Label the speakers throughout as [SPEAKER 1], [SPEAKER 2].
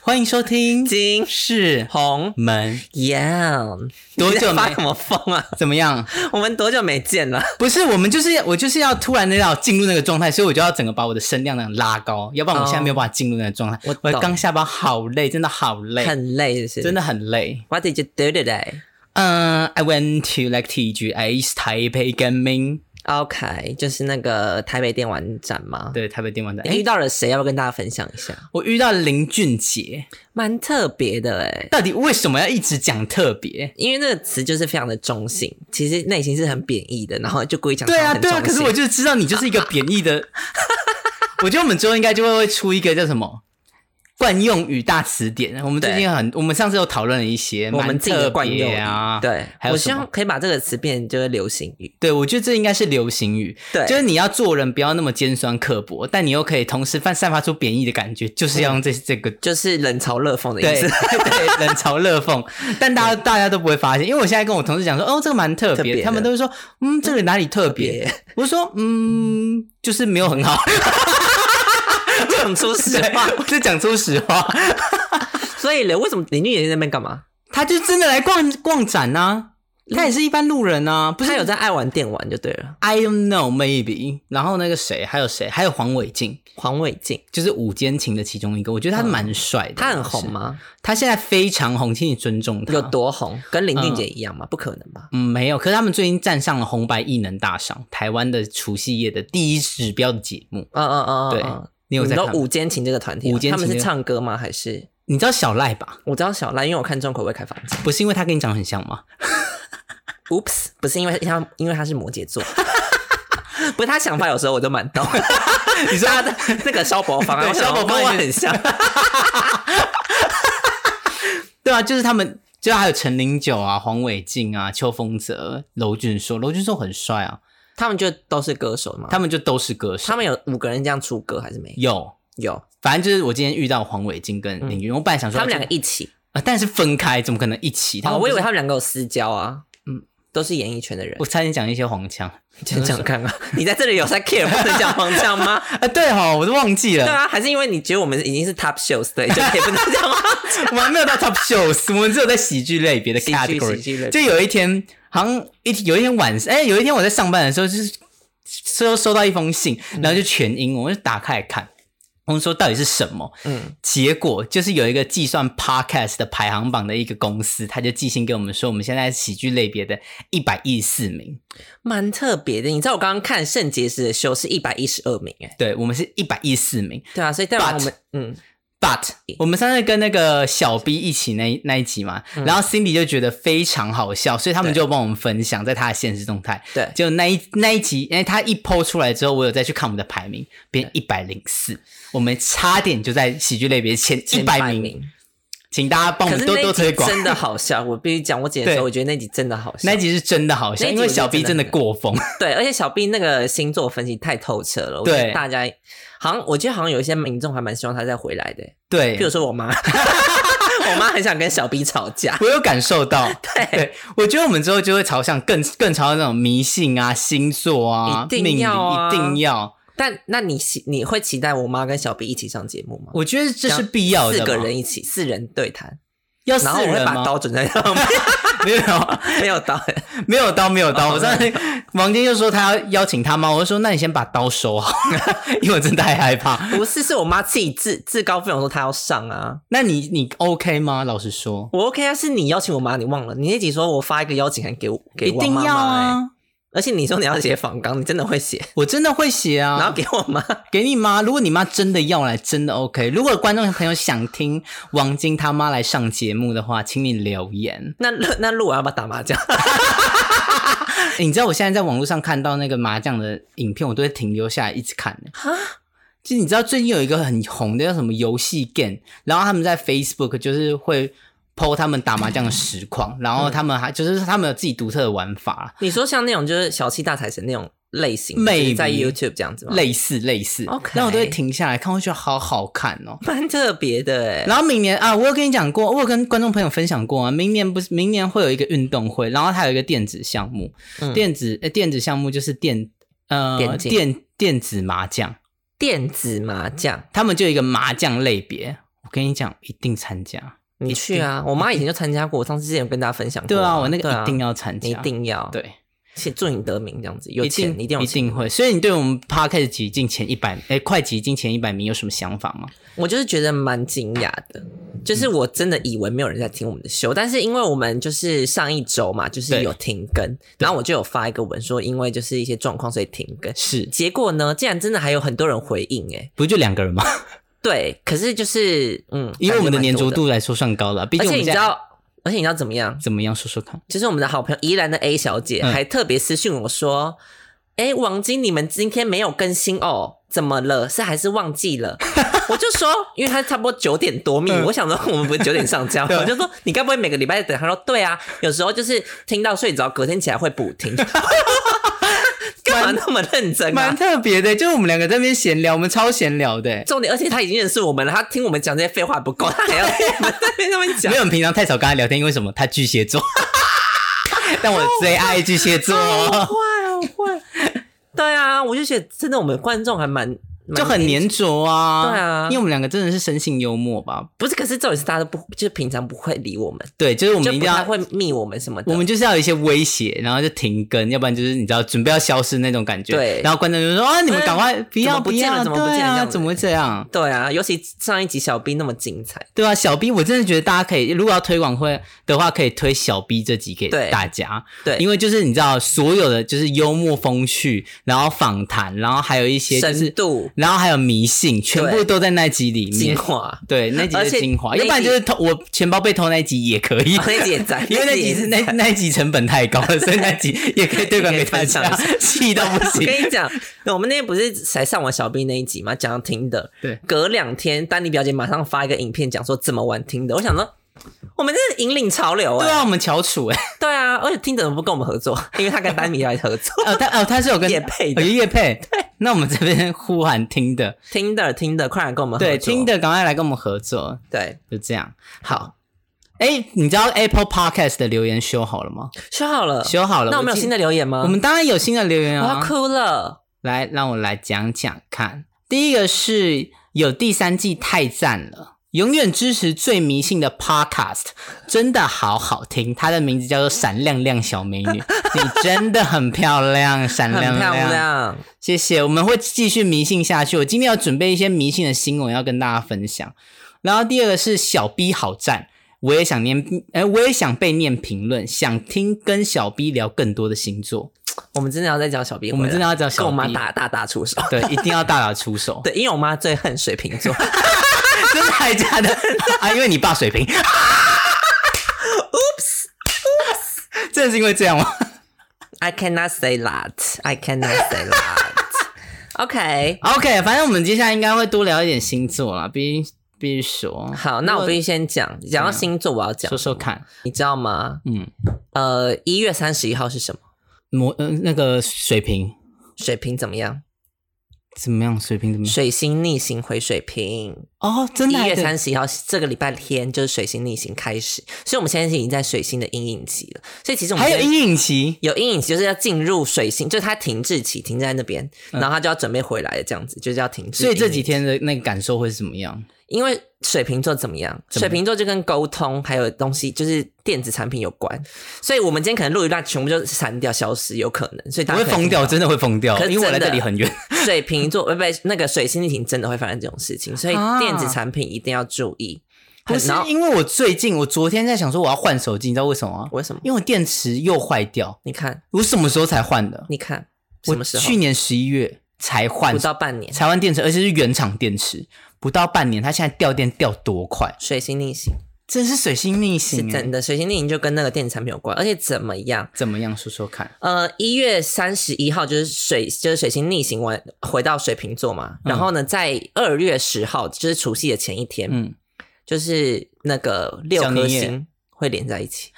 [SPEAKER 1] 欢迎收听
[SPEAKER 2] 金
[SPEAKER 1] 是
[SPEAKER 2] 红
[SPEAKER 1] 门
[SPEAKER 2] 阳，
[SPEAKER 1] 多久
[SPEAKER 2] 你在发
[SPEAKER 1] 没
[SPEAKER 2] 什么疯啊？
[SPEAKER 1] 怎么样？
[SPEAKER 2] 我们多久没见了？
[SPEAKER 1] 不是，我们就是要我就是要突然的要进入那个状态，所以我就要整个把我的声量那样拉高，要不然我现在没有办法进入那个状态。
[SPEAKER 2] 哦
[SPEAKER 1] 我
[SPEAKER 2] 我懂
[SPEAKER 1] 刚下班，好累，真的好累，
[SPEAKER 2] 很累，是不是？
[SPEAKER 1] 真的很累。
[SPEAKER 2] What did you do today?
[SPEAKER 1] 嗯、i went to like TGS 台北 Gaming，
[SPEAKER 2] OK，就是那个台北电玩展吗？
[SPEAKER 1] 对，台北电玩展。
[SPEAKER 2] 你
[SPEAKER 1] 哎、
[SPEAKER 2] 遇到了谁？要不要跟大家分享一下？
[SPEAKER 1] 我遇到林俊杰，
[SPEAKER 2] 蛮特别的哎、
[SPEAKER 1] 到底为什么要一直讲特别？
[SPEAKER 2] 因为那个词就是非常的中性，其实内心是很贬义的，然后就故意讲
[SPEAKER 1] 对
[SPEAKER 2] 它
[SPEAKER 1] 啊，
[SPEAKER 2] 很
[SPEAKER 1] 对
[SPEAKER 2] 中
[SPEAKER 1] 啊，
[SPEAKER 2] 性。
[SPEAKER 1] 可是我就知道你就是一 个贬义的。我觉得我们之后应该就会出一个叫什么惯用语大词典。我们最近很，我们上次有讨论了一些，
[SPEAKER 2] 我
[SPEAKER 1] 蛮
[SPEAKER 2] 们自己的
[SPEAKER 1] 特
[SPEAKER 2] 惯用
[SPEAKER 1] 别
[SPEAKER 2] 语
[SPEAKER 1] 啊。，
[SPEAKER 2] 对，
[SPEAKER 1] 还有
[SPEAKER 2] 我
[SPEAKER 1] 什
[SPEAKER 2] 希
[SPEAKER 1] 么
[SPEAKER 2] 望可以把这个词变成就是流行语。
[SPEAKER 1] 对，我觉得这应该是流行语，
[SPEAKER 2] 对，
[SPEAKER 1] 就是你要做人不要那么尖酸刻薄，但你又可以同时散散发出贬义的感觉，就是要用这这个
[SPEAKER 2] 就是冷嘲热讽的嗯意
[SPEAKER 1] 对
[SPEAKER 2] 思。
[SPEAKER 1] 对，冷嘲热讽，但大家大家都不会发现，因为我现在跟我同事讲说，哦，这个蛮特
[SPEAKER 2] 特
[SPEAKER 1] 别，
[SPEAKER 2] 别
[SPEAKER 1] 他们都
[SPEAKER 2] 的
[SPEAKER 1] 会说，嗯，这个哪里特别？我说，嗯，就是没有很好，
[SPEAKER 2] 讲出实
[SPEAKER 1] 对
[SPEAKER 2] 话，，
[SPEAKER 1] 我 就讲出实话，
[SPEAKER 2] 所以嘞，为什么林俊杰在那边干嘛？
[SPEAKER 1] 他就真的来逛逛展呐、啊，他也是一般路人啊，不是
[SPEAKER 2] 嗯他有在爱玩电玩就对了。
[SPEAKER 1] I don't know maybe，然后那个谁，还有谁，还有黄伟晋。
[SPEAKER 2] 黄伟晋，
[SPEAKER 1] 就是五间情的其中一个，我觉得他蛮帅的、
[SPEAKER 2] 嗯他很红吗？
[SPEAKER 1] 是？他现在非常红，请你尊重他。
[SPEAKER 2] 有多红？跟林俊杰一样吗？不可能吧？
[SPEAKER 1] 嗯，没有。可是他们最近站上了红白艺能大赏，台湾的除夕夜的第一指标的节目。
[SPEAKER 2] 嗯嗯嗯，嗯
[SPEAKER 1] 对
[SPEAKER 2] 嗯
[SPEAKER 1] 你有在
[SPEAKER 2] 你
[SPEAKER 1] 看吗
[SPEAKER 2] 都五间情这个团体啊，
[SPEAKER 1] 五间
[SPEAKER 2] 他
[SPEAKER 1] 情
[SPEAKER 2] 们
[SPEAKER 1] 这个
[SPEAKER 2] 是唱歌吗？还是
[SPEAKER 1] 你知道小赖吧？
[SPEAKER 2] 我知道小赖，因为我看重口味开房间。
[SPEAKER 1] 不是因为他跟你长得很像吗？
[SPEAKER 2] Oops，不是因为他，因为他是摩羯 座。不是他想法，有时候我都蛮 懂。
[SPEAKER 1] 你说
[SPEAKER 2] 他的那个萧伯方啊，
[SPEAKER 1] 对
[SPEAKER 2] 我想
[SPEAKER 1] 萧伯
[SPEAKER 2] 跟
[SPEAKER 1] 方
[SPEAKER 2] 我
[SPEAKER 1] 也
[SPEAKER 2] 很像。
[SPEAKER 1] 对啊，就是他们，就还有陈零九啊、黄伟晋啊、邱风泽、娄俊硕，娄俊硕很帅啊，
[SPEAKER 2] 他们就都是歌手嘛？
[SPEAKER 1] 他们就都是歌手。
[SPEAKER 2] 他们有五个人这样出歌还是没有？
[SPEAKER 1] 有，
[SPEAKER 2] 有，
[SPEAKER 1] 反正就是我今天遇到黄伟晋跟林俊，我本来想说
[SPEAKER 2] 嗯他们两个
[SPEAKER 1] 啊、
[SPEAKER 2] 一起。
[SPEAKER 1] 但是分开，怎么可能一起？他
[SPEAKER 2] 哦，
[SPEAKER 1] 们
[SPEAKER 2] 我以
[SPEAKER 1] 不
[SPEAKER 2] 为
[SPEAKER 1] 是
[SPEAKER 2] 他们两个有私交啊。
[SPEAKER 1] 嗯
[SPEAKER 2] 嗯，都是演艺圈的人
[SPEAKER 1] 我。差点讲一些黄腔
[SPEAKER 2] 讲讲看啊， 你在这里有在 care 不能讲黄腔吗？
[SPEAKER 1] 啊， 对哦，我都忘记
[SPEAKER 2] 对
[SPEAKER 1] 了，
[SPEAKER 2] 啊，还是因为你觉得我们已经是 top shows 对， 就可以不能讲吗？
[SPEAKER 1] 我还没有到 top shows，我们只有在喜剧类别的
[SPEAKER 2] 喜剧
[SPEAKER 1] category
[SPEAKER 2] 喜。剧类
[SPEAKER 1] 就有一天，好像一有一天晚上，哎、有一天我在上班的时候，就是收收到一封信，
[SPEAKER 2] 嗯
[SPEAKER 1] 然后就全英文，我就打开来看，我们说到底是什么？
[SPEAKER 2] 嗯，
[SPEAKER 1] 结果就是有一个计算 podcast 的排行榜的一个公司，他就寄信给我们说，我们现在喜剧类别的一百一十四名，
[SPEAKER 2] 蛮特别的。你知道我刚刚看肾结石的秀是一百一十二名哎，
[SPEAKER 1] 对我们是一百一十四名。
[SPEAKER 2] 对啊，所以代表
[SPEAKER 1] But-
[SPEAKER 2] 我们嗯
[SPEAKER 1] But 我们上次跟那个小 B 一起那那一集嘛，
[SPEAKER 2] 嗯
[SPEAKER 1] 然后 Cindy 就觉得非常好笑，所以他们
[SPEAKER 2] 对
[SPEAKER 1] 就帮我们分享在他的现实动态。
[SPEAKER 2] 对
[SPEAKER 1] 就那一那一集，哎，他一剖出来之后，我有再去看我们的排名，变一百零四，我们差点就在喜剧类别前一
[SPEAKER 2] 前
[SPEAKER 1] 百
[SPEAKER 2] 百
[SPEAKER 1] 名，。请大家帮我们
[SPEAKER 2] 可是
[SPEAKER 1] 多
[SPEAKER 2] 那
[SPEAKER 1] 多
[SPEAKER 2] 一
[SPEAKER 1] 推
[SPEAKER 2] 集
[SPEAKER 1] 广。
[SPEAKER 2] 真的 好笑，我必须讲，我姐的时
[SPEAKER 1] 对
[SPEAKER 2] 候，我觉得那集真的好笑。
[SPEAKER 1] 那一集是真的好笑，
[SPEAKER 2] 那一
[SPEAKER 1] 因
[SPEAKER 2] 集
[SPEAKER 1] 为
[SPEAKER 2] 我觉得
[SPEAKER 1] 小 B 真
[SPEAKER 2] 真
[SPEAKER 1] 的
[SPEAKER 2] 的
[SPEAKER 1] 过风，
[SPEAKER 2] 对，而且小 B 那个星座分析太透彻了，我觉
[SPEAKER 1] 对
[SPEAKER 2] 得大家好像我记得好像有一些民众还蛮希望他再回来的，欸
[SPEAKER 1] 对
[SPEAKER 2] 譬，如说我妈， 我妈很想跟小 B 吵架，
[SPEAKER 1] 我有感受到。
[SPEAKER 2] 对，
[SPEAKER 1] 对，我觉得我们之后就会朝向更更朝向那种迷信啊、星座啊、
[SPEAKER 2] 一定
[SPEAKER 1] 命理，
[SPEAKER 2] 要啊
[SPEAKER 1] 一定要。
[SPEAKER 2] 但那你期你会期待我妈跟小 B 一起上节目吗？
[SPEAKER 1] 我觉得这是必要的吧。
[SPEAKER 2] 四个人一起，四人对谈，
[SPEAKER 1] 要
[SPEAKER 2] 然后
[SPEAKER 1] 四
[SPEAKER 2] 我会
[SPEAKER 1] 人
[SPEAKER 2] 把
[SPEAKER 1] 吗？
[SPEAKER 2] 刀准在上面，
[SPEAKER 1] 没有，
[SPEAKER 2] 没有刀，
[SPEAKER 1] 没有刀，没有刀。
[SPEAKER 2] 哦
[SPEAKER 1] 我上 次王晶就说他要邀请他妈，我就说那你先把刀收好， 因为我真的太害怕。
[SPEAKER 2] 不是，是我妈自己自自告奋勇说她要上啊，
[SPEAKER 1] 那你你 OK 吗？老实说，
[SPEAKER 2] 我 OK 啊，是你邀请我妈，你忘了，你那集说我发一个邀请函给我给
[SPEAKER 1] 一
[SPEAKER 2] 我妈
[SPEAKER 1] 定
[SPEAKER 2] 妈、
[SPEAKER 1] 要啊
[SPEAKER 2] 欸，！而且你说你要写访纲，你真的会写，
[SPEAKER 1] 我真的会写
[SPEAKER 2] 然后
[SPEAKER 1] 啊，
[SPEAKER 2] 给我妈，
[SPEAKER 1] 给你妈。如果你妈真的要来，真的 OK。如果观众朋友想听王晶他妈来上节目的话，请你留言。
[SPEAKER 2] 那那那录完要不要打麻将？
[SPEAKER 1] 欸你知道我现在在网络上看到那个麻将的影片，我都会停留下来一直看。
[SPEAKER 2] 哈
[SPEAKER 1] 就是你知道最近有一个很红的叫什么游戏 game，然后他们在 Facebook 就是会 PO 他们打麻将的实况，然后他们
[SPEAKER 2] 嗯
[SPEAKER 1] 还就是他们有自己独特的玩法，
[SPEAKER 2] 你说像那种就是小气大财神那种类型，
[SPEAKER 1] Maybe
[SPEAKER 2] 就是在 YouTube 这样子吗？
[SPEAKER 1] 类似类似。
[SPEAKER 2] OK
[SPEAKER 1] 然后我都会停下来看，我觉得好好看哦。
[SPEAKER 2] 蛮特别的哎、
[SPEAKER 1] 然后明年啊，我有跟你讲过，我有跟观众朋友分享过啊。明年不是明年会有一个运动会，然后它有一个电子项目，
[SPEAKER 2] 嗯
[SPEAKER 1] 电子、呃电子项目就是电呃
[SPEAKER 2] 电竞
[SPEAKER 1] 电电子麻将。
[SPEAKER 2] 电子麻将
[SPEAKER 1] 他们就有一个麻将类别，我跟你讲，一定参加。
[SPEAKER 2] 你去啊！我妈以前就参加过，我上次之前有跟大家分享
[SPEAKER 1] 嗯
[SPEAKER 2] 过。
[SPEAKER 1] 对啊，我那
[SPEAKER 2] 对
[SPEAKER 1] 个
[SPEAKER 2] 啊
[SPEAKER 1] 一定要参加，
[SPEAKER 2] 你一定要，
[SPEAKER 1] 对，
[SPEAKER 2] 且祝你得名这样子，有
[SPEAKER 1] 一
[SPEAKER 2] 钱
[SPEAKER 1] 定
[SPEAKER 2] 你一定要
[SPEAKER 1] 一
[SPEAKER 2] 有钱。
[SPEAKER 1] 定会。所以你对我们 p 开始 a 挤进前一百，哎，快挤进前一百名有什么想法吗？
[SPEAKER 2] 我就是觉得蛮惊讶的，就是
[SPEAKER 1] 嗯
[SPEAKER 2] 我真的以为没有人在听我们的秀，但是因为我们就是上一周嘛，就是
[SPEAKER 1] 对
[SPEAKER 2] 有停更，然后我就有发一个文说，因为就是一些状况所以停更。
[SPEAKER 1] 是，
[SPEAKER 2] 结果呢，竟然真的还有很多人回应哎、
[SPEAKER 1] 不就两个人吗？
[SPEAKER 2] 对，可是就是嗯，
[SPEAKER 1] 以我们的
[SPEAKER 2] 感觉
[SPEAKER 1] 粘
[SPEAKER 2] 蛮多
[SPEAKER 1] 着度来说算高了，毕
[SPEAKER 2] 而
[SPEAKER 1] 竟我
[SPEAKER 2] 且
[SPEAKER 1] 们
[SPEAKER 2] 你知
[SPEAKER 1] 现在
[SPEAKER 2] 道，而且你知道怎么样？
[SPEAKER 1] 怎么样说说看。
[SPEAKER 2] 就是我们的好朋友宜兰的 A 小姐，
[SPEAKER 1] 嗯
[SPEAKER 2] 还特别私讯我说：“哎、王晶，你们今天没有更新哦，怎么了？是还是忘记了？” 我就说，因为她差不多九点多密，
[SPEAKER 1] 嗯
[SPEAKER 2] 我想说我们不是九点上架 吗，
[SPEAKER 1] 对
[SPEAKER 2] 我就说你该不会每个礼拜等？她说对啊，有时候就是听到睡着，隔天起来会补听。 干嘛那么认真
[SPEAKER 1] 蛮
[SPEAKER 2] 啊？
[SPEAKER 1] 特别的，就是我们两个在那边闲聊，我们超闲聊的。
[SPEAKER 2] 重点，而且她已经认识我们了，她听我们讲这些废话不够，她还要听我们在那边那边讲
[SPEAKER 1] 没。有，我们平常太少跟他聊天，因为什么？他巨蟹 座，但我最爱巨蟹座，
[SPEAKER 2] 好哎坏好坏。对啊，我就觉得真的，我们观众还蛮蛮
[SPEAKER 1] 就很粘着啊。
[SPEAKER 2] 对啊
[SPEAKER 1] 因为我们两个真的是生性幽默吧？
[SPEAKER 2] 不是，可是重点是大家都不就是平常不会理我们，
[SPEAKER 1] 对，就是我
[SPEAKER 2] 就
[SPEAKER 1] 们一
[SPEAKER 2] 不
[SPEAKER 1] 定
[SPEAKER 2] 太
[SPEAKER 1] 要，
[SPEAKER 2] 会密我们什么的。
[SPEAKER 1] 我们就是要有一些威胁，然后就停更，要不然就是你知道准备要消失那种感觉。
[SPEAKER 2] 对
[SPEAKER 1] 然后观众就说：“啊，你们赶快不要
[SPEAKER 2] 怎么不
[SPEAKER 1] 不
[SPEAKER 2] 见了
[SPEAKER 1] 要，
[SPEAKER 2] 怎么不见了
[SPEAKER 1] 对
[SPEAKER 2] 这
[SPEAKER 1] 啊，
[SPEAKER 2] 样子
[SPEAKER 1] 怎么会这样？”
[SPEAKER 2] 对啊，尤其上一集小兵那么精彩，
[SPEAKER 1] 对啊，小 B，我真的觉得大家可以，如果要推广会的话，可以推小 B 这集给
[SPEAKER 2] 对
[SPEAKER 1] 大家。
[SPEAKER 2] 对
[SPEAKER 1] 因为就是你知道，所有的就是幽默风趣，然后访谈，然后还有一些就是
[SPEAKER 2] 深，度
[SPEAKER 1] 然后还有迷信，全部
[SPEAKER 2] 对
[SPEAKER 1] 都在那集里
[SPEAKER 2] 精
[SPEAKER 1] 面。
[SPEAKER 2] 华，
[SPEAKER 1] 对，那集
[SPEAKER 2] 而且
[SPEAKER 1] 是精华，
[SPEAKER 2] 那
[SPEAKER 1] 要不然
[SPEAKER 2] 集
[SPEAKER 1] 就是偷我钱包被偷那一集也可以
[SPEAKER 2] 哦。那集也在，
[SPEAKER 1] 因为那
[SPEAKER 2] 集
[SPEAKER 1] 集
[SPEAKER 2] 也
[SPEAKER 1] 是那那一集成本太高了，所以那集也可以推广给大
[SPEAKER 2] 也
[SPEAKER 1] 家
[SPEAKER 2] 可以分，
[SPEAKER 1] 气到不
[SPEAKER 2] 我
[SPEAKER 1] 行。
[SPEAKER 2] 跟你讲，我们那天不是才上完小兵那一集嘛，讲到听的，
[SPEAKER 1] 对，
[SPEAKER 2] 隔两天丹妮表姐马上发一个影片讲说怎么玩听的，我想说。我们这是引领潮流哎、
[SPEAKER 1] 对啊，我们翘楚 哎，
[SPEAKER 2] 对啊，而且听怎么不跟我们合作？因为他跟丹米来合 作。
[SPEAKER 1] 哦他哦他是有跟
[SPEAKER 2] 业配的
[SPEAKER 1] 有叶配，那我们这边呼喊听的，
[SPEAKER 2] 听的听的，快来跟我们合作。
[SPEAKER 1] 对，听
[SPEAKER 2] 的
[SPEAKER 1] 的赶快来跟我们合作，
[SPEAKER 2] 对，
[SPEAKER 1] 就这样。好，哎，你知道 Apple Podcast 的留言修好了吗？
[SPEAKER 2] 修好了，
[SPEAKER 1] 修好了。
[SPEAKER 2] 那我们有
[SPEAKER 1] 记
[SPEAKER 2] 新的留言吗？
[SPEAKER 1] 我们当然有新的留言
[SPEAKER 2] 我要
[SPEAKER 1] 啊。
[SPEAKER 2] 哭了。
[SPEAKER 1] 来，让我来讲讲看。第一个是有第三季太赞了，永远支持最迷信的 Podcast，真的好好听。它的名字叫做“闪亮亮小美女”，你真的很漂亮，闪
[SPEAKER 2] 很
[SPEAKER 1] 亮
[SPEAKER 2] 漂
[SPEAKER 1] 亮。
[SPEAKER 2] 亮，
[SPEAKER 1] 谢谢，我们会继续迷信下去。我今天要准备一些迷信的新闻要跟大家分享。然后第二个是小 B 好赞，我也想念，哎、我也想被念评论，想听跟小 B 聊更多的星座。
[SPEAKER 2] 我们真的要再叫小 B，
[SPEAKER 1] 我们真的要叫
[SPEAKER 2] 跟
[SPEAKER 1] 小
[SPEAKER 2] 我妈
[SPEAKER 1] B，
[SPEAKER 2] 大大打出手。
[SPEAKER 1] 对，一定要大打出手。
[SPEAKER 2] 对，因为我妈最恨水瓶座，
[SPEAKER 1] 真的还假的 啊？因为你爸水 平。Oops，真的是因为这样吗？
[SPEAKER 2] I cannot say that. I cannot say that. OK，
[SPEAKER 1] OK，反正我们接下来应该会多聊一点星座啦，必须必须说
[SPEAKER 2] 好，那我必须先讲，讲到星座，我要讲
[SPEAKER 1] 啊说，说看。
[SPEAKER 2] 你知道吗？
[SPEAKER 1] 嗯，
[SPEAKER 2] 呃，一月三十一号是什么？
[SPEAKER 1] 摩呃那个水平
[SPEAKER 2] 水瓶怎么样？
[SPEAKER 1] 怎么样？水平怎么样？
[SPEAKER 2] 水星逆行回水瓶，
[SPEAKER 1] 哦，真的
[SPEAKER 2] 一月
[SPEAKER 1] 还
[SPEAKER 2] 三十一号这个礼拜天就是水星逆行开始，所以我们现在已经在水星的阴影期了。所以其实我们
[SPEAKER 1] 还有
[SPEAKER 2] 现在
[SPEAKER 1] 阴影期，
[SPEAKER 2] 有阴影期，就是要进入水星，就是它停滞期，停在那边，然后它就要准备回来了，这样子就是要停
[SPEAKER 1] 嗯
[SPEAKER 2] 滞。
[SPEAKER 1] 所以这几，天的那个感受会是怎么样？
[SPEAKER 2] 因为水瓶座怎么样？
[SPEAKER 1] 怎么
[SPEAKER 2] 水瓶座就跟沟通还有东西，就是电子产品有关，所以我们今天可能录一段全部就删掉、消失，有可能，所以
[SPEAKER 1] 我
[SPEAKER 2] 大家
[SPEAKER 1] 会
[SPEAKER 2] 可能
[SPEAKER 1] 疯
[SPEAKER 2] 听
[SPEAKER 1] 掉，
[SPEAKER 2] 到
[SPEAKER 1] 真的会疯掉
[SPEAKER 2] 可，是
[SPEAKER 1] 因为我来
[SPEAKER 2] 真的
[SPEAKER 1] 这里很远。
[SPEAKER 2] 水瓶座会被那个水星逆行真的会发生这种事情，所以
[SPEAKER 1] 啊
[SPEAKER 2] 电子产品一定要注意。 很
[SPEAKER 1] 不是
[SPEAKER 2] 然后
[SPEAKER 1] 因为我最近，我昨天在想说我要换手机，你知道为什么吗？
[SPEAKER 2] 为什么？
[SPEAKER 1] 因为我电池又坏掉，
[SPEAKER 2] 你看，
[SPEAKER 1] 我什么时候才换的？
[SPEAKER 2] 你看，
[SPEAKER 1] 我
[SPEAKER 2] 什么时候
[SPEAKER 1] 去？年十一月才换
[SPEAKER 2] 不，到半年，
[SPEAKER 1] 才换电池，而且是原厂电池，不到半年，它现在掉电掉多快，
[SPEAKER 2] 水星逆行
[SPEAKER 1] 真是水星逆行
[SPEAKER 2] 是
[SPEAKER 1] 欸
[SPEAKER 2] 真的，水星逆行就跟那个电子产品有关，而且怎么样？
[SPEAKER 1] 怎么样？说说看，
[SPEAKER 2] 呃，一月三十一号就是水，就是水星逆行完回到水瓶座嘛。
[SPEAKER 1] 嗯
[SPEAKER 2] 然后呢，在二月十号，就是除夕的前一天，
[SPEAKER 1] 嗯，
[SPEAKER 2] 就是那个六
[SPEAKER 1] 小
[SPEAKER 2] 颗
[SPEAKER 1] 年夜
[SPEAKER 2] 星会连在一起。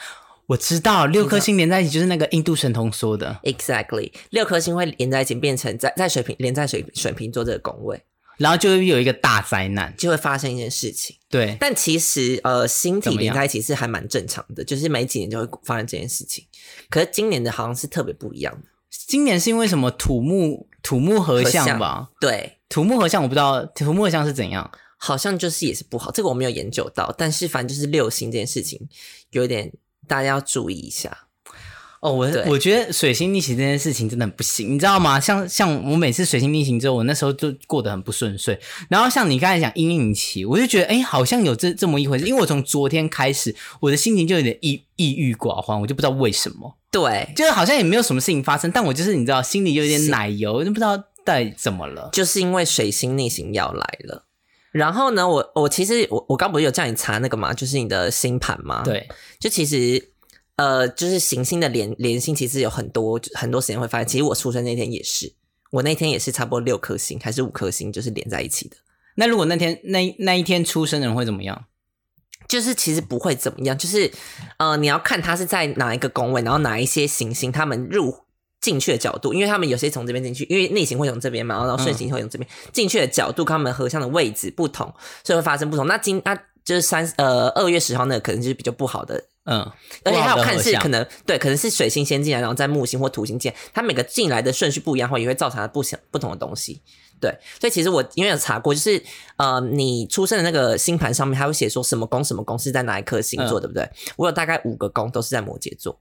[SPEAKER 1] 我知道六颗星连在一起就是那个印度神童说的，
[SPEAKER 2] Exactly，六颗星会连在一起，变成在在水瓶连在水水瓶座这个宫位，
[SPEAKER 1] 然后就会有一个大灾难，
[SPEAKER 2] 就会发生一件事情。
[SPEAKER 1] 对，
[SPEAKER 2] 但其实呃，星
[SPEAKER 1] 怎
[SPEAKER 2] 体
[SPEAKER 1] 么
[SPEAKER 2] 连
[SPEAKER 1] 样
[SPEAKER 2] 在一起是还蛮正常的，就是每几年就会发生这件事情。可是今年的好像是特别不一样的，
[SPEAKER 1] 今年是因为什么土木土木合
[SPEAKER 2] 合
[SPEAKER 1] 相
[SPEAKER 2] 相
[SPEAKER 1] 吧？
[SPEAKER 2] 对，
[SPEAKER 1] 土木合相我不知道，土木合相是怎样？
[SPEAKER 2] 好像就是也是不好，这个我没有研究到，但是反正就是六星这件事情有点大家要注意一下。
[SPEAKER 1] 哦，我
[SPEAKER 2] 对
[SPEAKER 1] 我觉得水星逆行这件事情真的很不行，你知道吗？像像我每次水星逆行之后，我那时候就过得很不顺遂。然后像你刚才讲阴影期，我就觉得哎，好像有这这么一回事。因为我从昨天开始，我的心情就有点抑抑郁寡欢，我就不知道为什么，
[SPEAKER 2] 对，
[SPEAKER 1] 就是好像也没有什么事情发生，但我就是你知道，心里有点
[SPEAKER 2] 是
[SPEAKER 1] 奶油，就不知道到底怎么了。
[SPEAKER 2] 就是因为水星逆行要来了。然后呢，我我其实我我刚不是有叫你查那个嘛，就是你的星盘嘛。，
[SPEAKER 1] 对，
[SPEAKER 2] 就其实呃，就是行星的连连星，其实有很多很多时间会发现，其实我出生那天也是，我那天也是差不多六颗星还是五颗星，就是连在一起的。
[SPEAKER 1] 那如果那天那那一天出生的人会怎么样？
[SPEAKER 2] 就是其实不会怎么样，就是呃，你要看它是在哪一个宫位，然后哪一些行星他们入进去的角度，因为他们有些从这边进去，因为内行会从这边嘛，然后顺行会从这边进、去的角度，跟他们合相的位置不同，所以会发生不同。那今那就是三呃二月十号那个可能就是比较不好的，
[SPEAKER 1] 嗯，
[SPEAKER 2] 而且还
[SPEAKER 1] 不
[SPEAKER 2] 有
[SPEAKER 1] 好的
[SPEAKER 2] 看
[SPEAKER 1] 合
[SPEAKER 2] 是
[SPEAKER 1] 相
[SPEAKER 2] 可能对，可能是水星先进来，然后再木星或土星进来，它每个进来的顺序不一样的话，也会造成它不相不同的东西。对，所以其实我因为有查过，就是呃，你出生的那个星盘上面，它会写说什么宫什么宫是在哪一颗星
[SPEAKER 1] 嗯
[SPEAKER 2] 座，对不对？我有大概五个宫都是在摩羯座，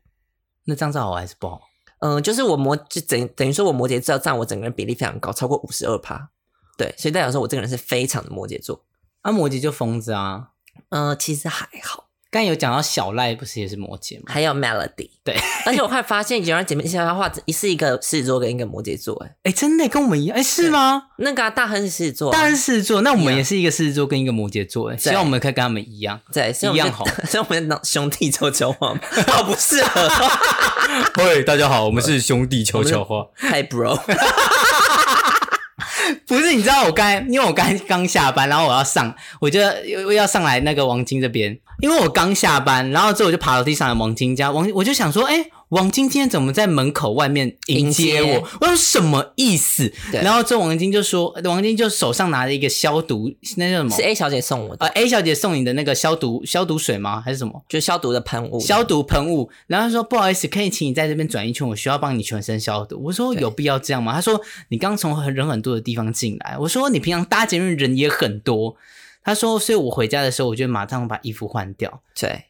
[SPEAKER 1] 那这样子好还是不好？
[SPEAKER 2] 嗯、就是我摩就等等于说我摩羯座占我整个人比例非常高，超过五十二趴，对，所以代表说我这个人是非常的摩羯座。
[SPEAKER 1] 啊，摩羯就疯子啊！
[SPEAKER 2] 嗯、其实还好，
[SPEAKER 1] 刚才有讲到小赖不是也是摩羯吗？
[SPEAKER 2] 还有 Melody，
[SPEAKER 1] 对，
[SPEAKER 2] 而且我还发现原来姐妹相画是一个狮子座跟一个摩羯座，哎，
[SPEAKER 1] 哎，真的跟我们一样，哎，是吗？
[SPEAKER 2] 那个、啊、大亨是狮子座啊，
[SPEAKER 1] 当然是狮子座，那我
[SPEAKER 2] 一
[SPEAKER 1] 们
[SPEAKER 2] 样
[SPEAKER 1] 也是一个狮子座跟一个摩羯座，哎，希望我们可以跟他们一 样。
[SPEAKER 2] 对，所以我们
[SPEAKER 1] 一
[SPEAKER 2] 就
[SPEAKER 1] 样好
[SPEAKER 2] 所以我们兄弟悄悄话嘛， 哦，不是啊，
[SPEAKER 1] 喂，大家好，我们是兄弟悄
[SPEAKER 2] 悄
[SPEAKER 1] 话。
[SPEAKER 2] 嗨 bro，
[SPEAKER 1] 不是，你知道我刚才，因为我刚才刚下班，然后我要上，我就又要上来那个王晶这边，因为我刚下班，然后之后我就爬楼梯上来王晶家，王我就想说，哎、王晶今天怎么在门口外面迎接我？
[SPEAKER 2] 迎接
[SPEAKER 1] 我有什么意思？
[SPEAKER 2] 对
[SPEAKER 1] 然后之后王晶就说，王晶就手上拿着一个消毒，那叫什么
[SPEAKER 2] 是？A 小姐送我
[SPEAKER 1] 呃
[SPEAKER 2] 的，
[SPEAKER 1] ，A 小姐送你的那个消毒消毒水吗？还是什么？
[SPEAKER 2] 就消毒的喷雾，
[SPEAKER 1] 消毒喷雾，然后他说不好意思，可以请你在这边转一圈，我需要帮你全身消毒。我说
[SPEAKER 2] 对
[SPEAKER 1] 有必要这样吗？他说你刚从很人很多的地方进来，我说你平常搭捷运人也很多。他说，所以我回家的时候，我就马上把衣服换掉。
[SPEAKER 2] 对，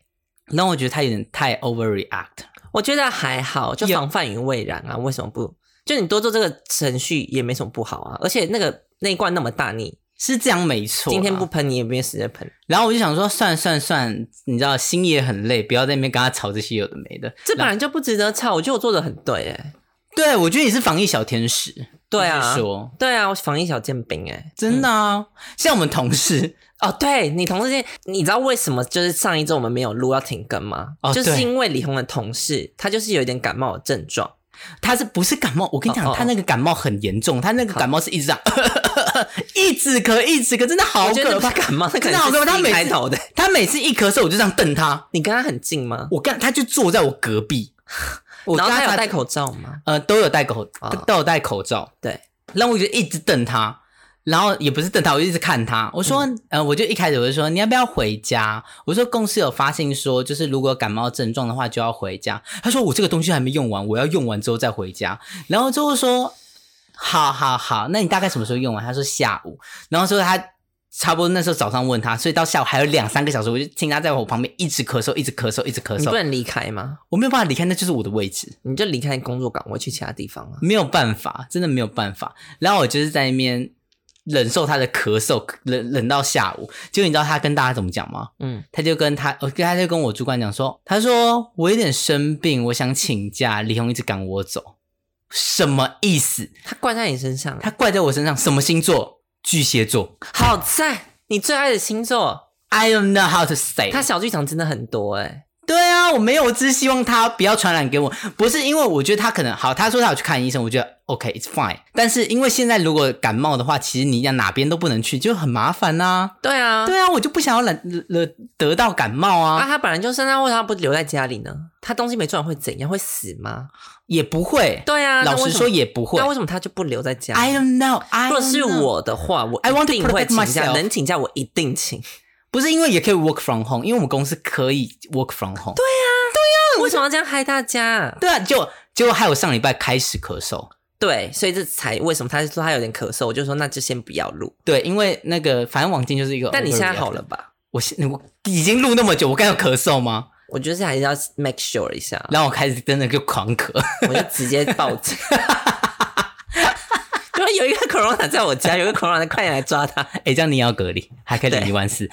[SPEAKER 1] 然后我觉得他有点太 overreact，
[SPEAKER 2] 我觉得还好，就
[SPEAKER 1] 有
[SPEAKER 2] 防范于未然啊，为什么不？就你多做这个程序也没什么不好啊，而且那个那一罐那么大，你
[SPEAKER 1] 是这样没错啦。啊
[SPEAKER 2] 今天不喷你也没有时间喷，
[SPEAKER 1] 然后我就想说，算算算，你知道心也很累，不要在那边跟他吵这些有的没的。
[SPEAKER 2] 这本来就不值得吵，我觉得我做的很对哎、
[SPEAKER 1] 对，我觉得你是防疫小天使。
[SPEAKER 2] 对啊
[SPEAKER 1] 就是说
[SPEAKER 2] 对啊，我防疫小尖兵哎、
[SPEAKER 1] 真的啊，像我们同事，
[SPEAKER 2] 哦，对你同事间，你知道为什么就是上一周我们没有录要停更吗？
[SPEAKER 1] 哦
[SPEAKER 2] 就是
[SPEAKER 1] 对
[SPEAKER 2] 因为李红的同事他就是有一点感冒的症状，
[SPEAKER 1] 他是不是感冒？我跟你讲，
[SPEAKER 2] 哦哦
[SPEAKER 1] 他那个感冒很严重，他那个感冒是一直这样， 一直咳，一直咳，真的好
[SPEAKER 2] 我觉
[SPEAKER 1] 可
[SPEAKER 2] 得
[SPEAKER 1] 怕
[SPEAKER 2] 他。感冒，那可
[SPEAKER 1] 真的好
[SPEAKER 2] 能
[SPEAKER 1] 可
[SPEAKER 2] 是
[SPEAKER 1] 怕他
[SPEAKER 2] C
[SPEAKER 1] 每
[SPEAKER 2] 开
[SPEAKER 1] 次
[SPEAKER 2] 头的。
[SPEAKER 1] 他每次一咳嗽，我就这样瞪他，
[SPEAKER 2] 你跟他很近吗？
[SPEAKER 1] 我干，他就坐在我隔壁，我
[SPEAKER 2] 然后
[SPEAKER 1] 跟
[SPEAKER 2] 他有
[SPEAKER 1] 发
[SPEAKER 2] 戴口罩吗？
[SPEAKER 1] 呃都有戴口
[SPEAKER 2] 哦
[SPEAKER 1] 都有戴口罩，
[SPEAKER 2] 对，
[SPEAKER 1] 然后我就一直瞪他，然后也不是瞪他，我就一直看他。我说，
[SPEAKER 2] 嗯
[SPEAKER 1] 呃，我就一开始我就说你要不要回家？我说公司有发信说，就是如果有感冒症状的话就要回家。他说我这个东西还没用完，我要用完之后再回家。然后之后说，好好好，那你大概什么时候用完？他说下午。然后说他。差不多那时候早上问他，所以到下午还有两三个小时，我就听他在我旁边一直咳嗽，一直咳嗽，一直咳
[SPEAKER 2] 你不
[SPEAKER 1] 嗽，
[SPEAKER 2] 能离开吗？
[SPEAKER 1] 我没有办法离开，那就是我的位置。
[SPEAKER 2] 你就离开工作岗位去其他地方啊。
[SPEAKER 1] 没有办法，真的没有办法。然后我就是在那边忍受他的咳嗽，忍忍到下午。结果你知道他跟大家怎么讲吗？
[SPEAKER 2] 嗯，
[SPEAKER 1] 他就跟他，我他就跟我主管讲说，他说我有点生病，我想请假。李红一直赶我走，什么意思？
[SPEAKER 2] 他怪在你身上，啊
[SPEAKER 1] 他怪在我身上，什么星座？巨蟹座。
[SPEAKER 2] 好赞，你最爱的星座。
[SPEAKER 1] I don't know how to say。
[SPEAKER 2] 他小剧场真的很多哎、
[SPEAKER 1] 对啊，我没有，我只是希望他不要传染给我。不是因为我觉得他可能好，他说他有去看医生，我觉得 OK，it's、fine。但是因为现在如果感冒的话，其实你要哪边都不能去，就很麻烦呐、
[SPEAKER 2] 对啊，
[SPEAKER 1] 对啊，我就不想要染惹得到感冒啊，
[SPEAKER 2] 啊，他本来就生，那为啥不留在家里呢？他东西没赚会怎样？会死吗？
[SPEAKER 1] 也不会。
[SPEAKER 2] 对啊，那
[SPEAKER 1] 老
[SPEAKER 2] 为
[SPEAKER 1] 实
[SPEAKER 2] 什
[SPEAKER 1] 说
[SPEAKER 2] 么
[SPEAKER 1] 也不会
[SPEAKER 2] 那。为什么他就不留在家？
[SPEAKER 1] I don't know I。
[SPEAKER 2] 如果是，我的话，我
[SPEAKER 1] I want to
[SPEAKER 2] 一定会
[SPEAKER 1] protect
[SPEAKER 2] 请假，
[SPEAKER 1] myself
[SPEAKER 2] 能请假我一定请。
[SPEAKER 1] 不是因为也可以 work from home，因为我们公司可以 work from home。对嗯
[SPEAKER 2] 为什么要这样害大家？
[SPEAKER 1] 对啊，就结果还有上礼拜开始咳嗽，
[SPEAKER 2] 对，所以这才为什么他说他有点咳嗽，我就说那就先不要录。
[SPEAKER 1] 对，因为那个反正王静就是一个。
[SPEAKER 2] 但你现在好了？吧？
[SPEAKER 1] 我现我已经录那么久，我刚有咳嗽吗？
[SPEAKER 2] 我觉得这还是要 make sure 一下，
[SPEAKER 1] 然后我开始真的就狂咳，
[SPEAKER 2] 我就直接报警。因为有一个 corona 在我家，有一个 corona，快点来抓他！
[SPEAKER 1] 哎、这样你也要隔离，还可以领一万四。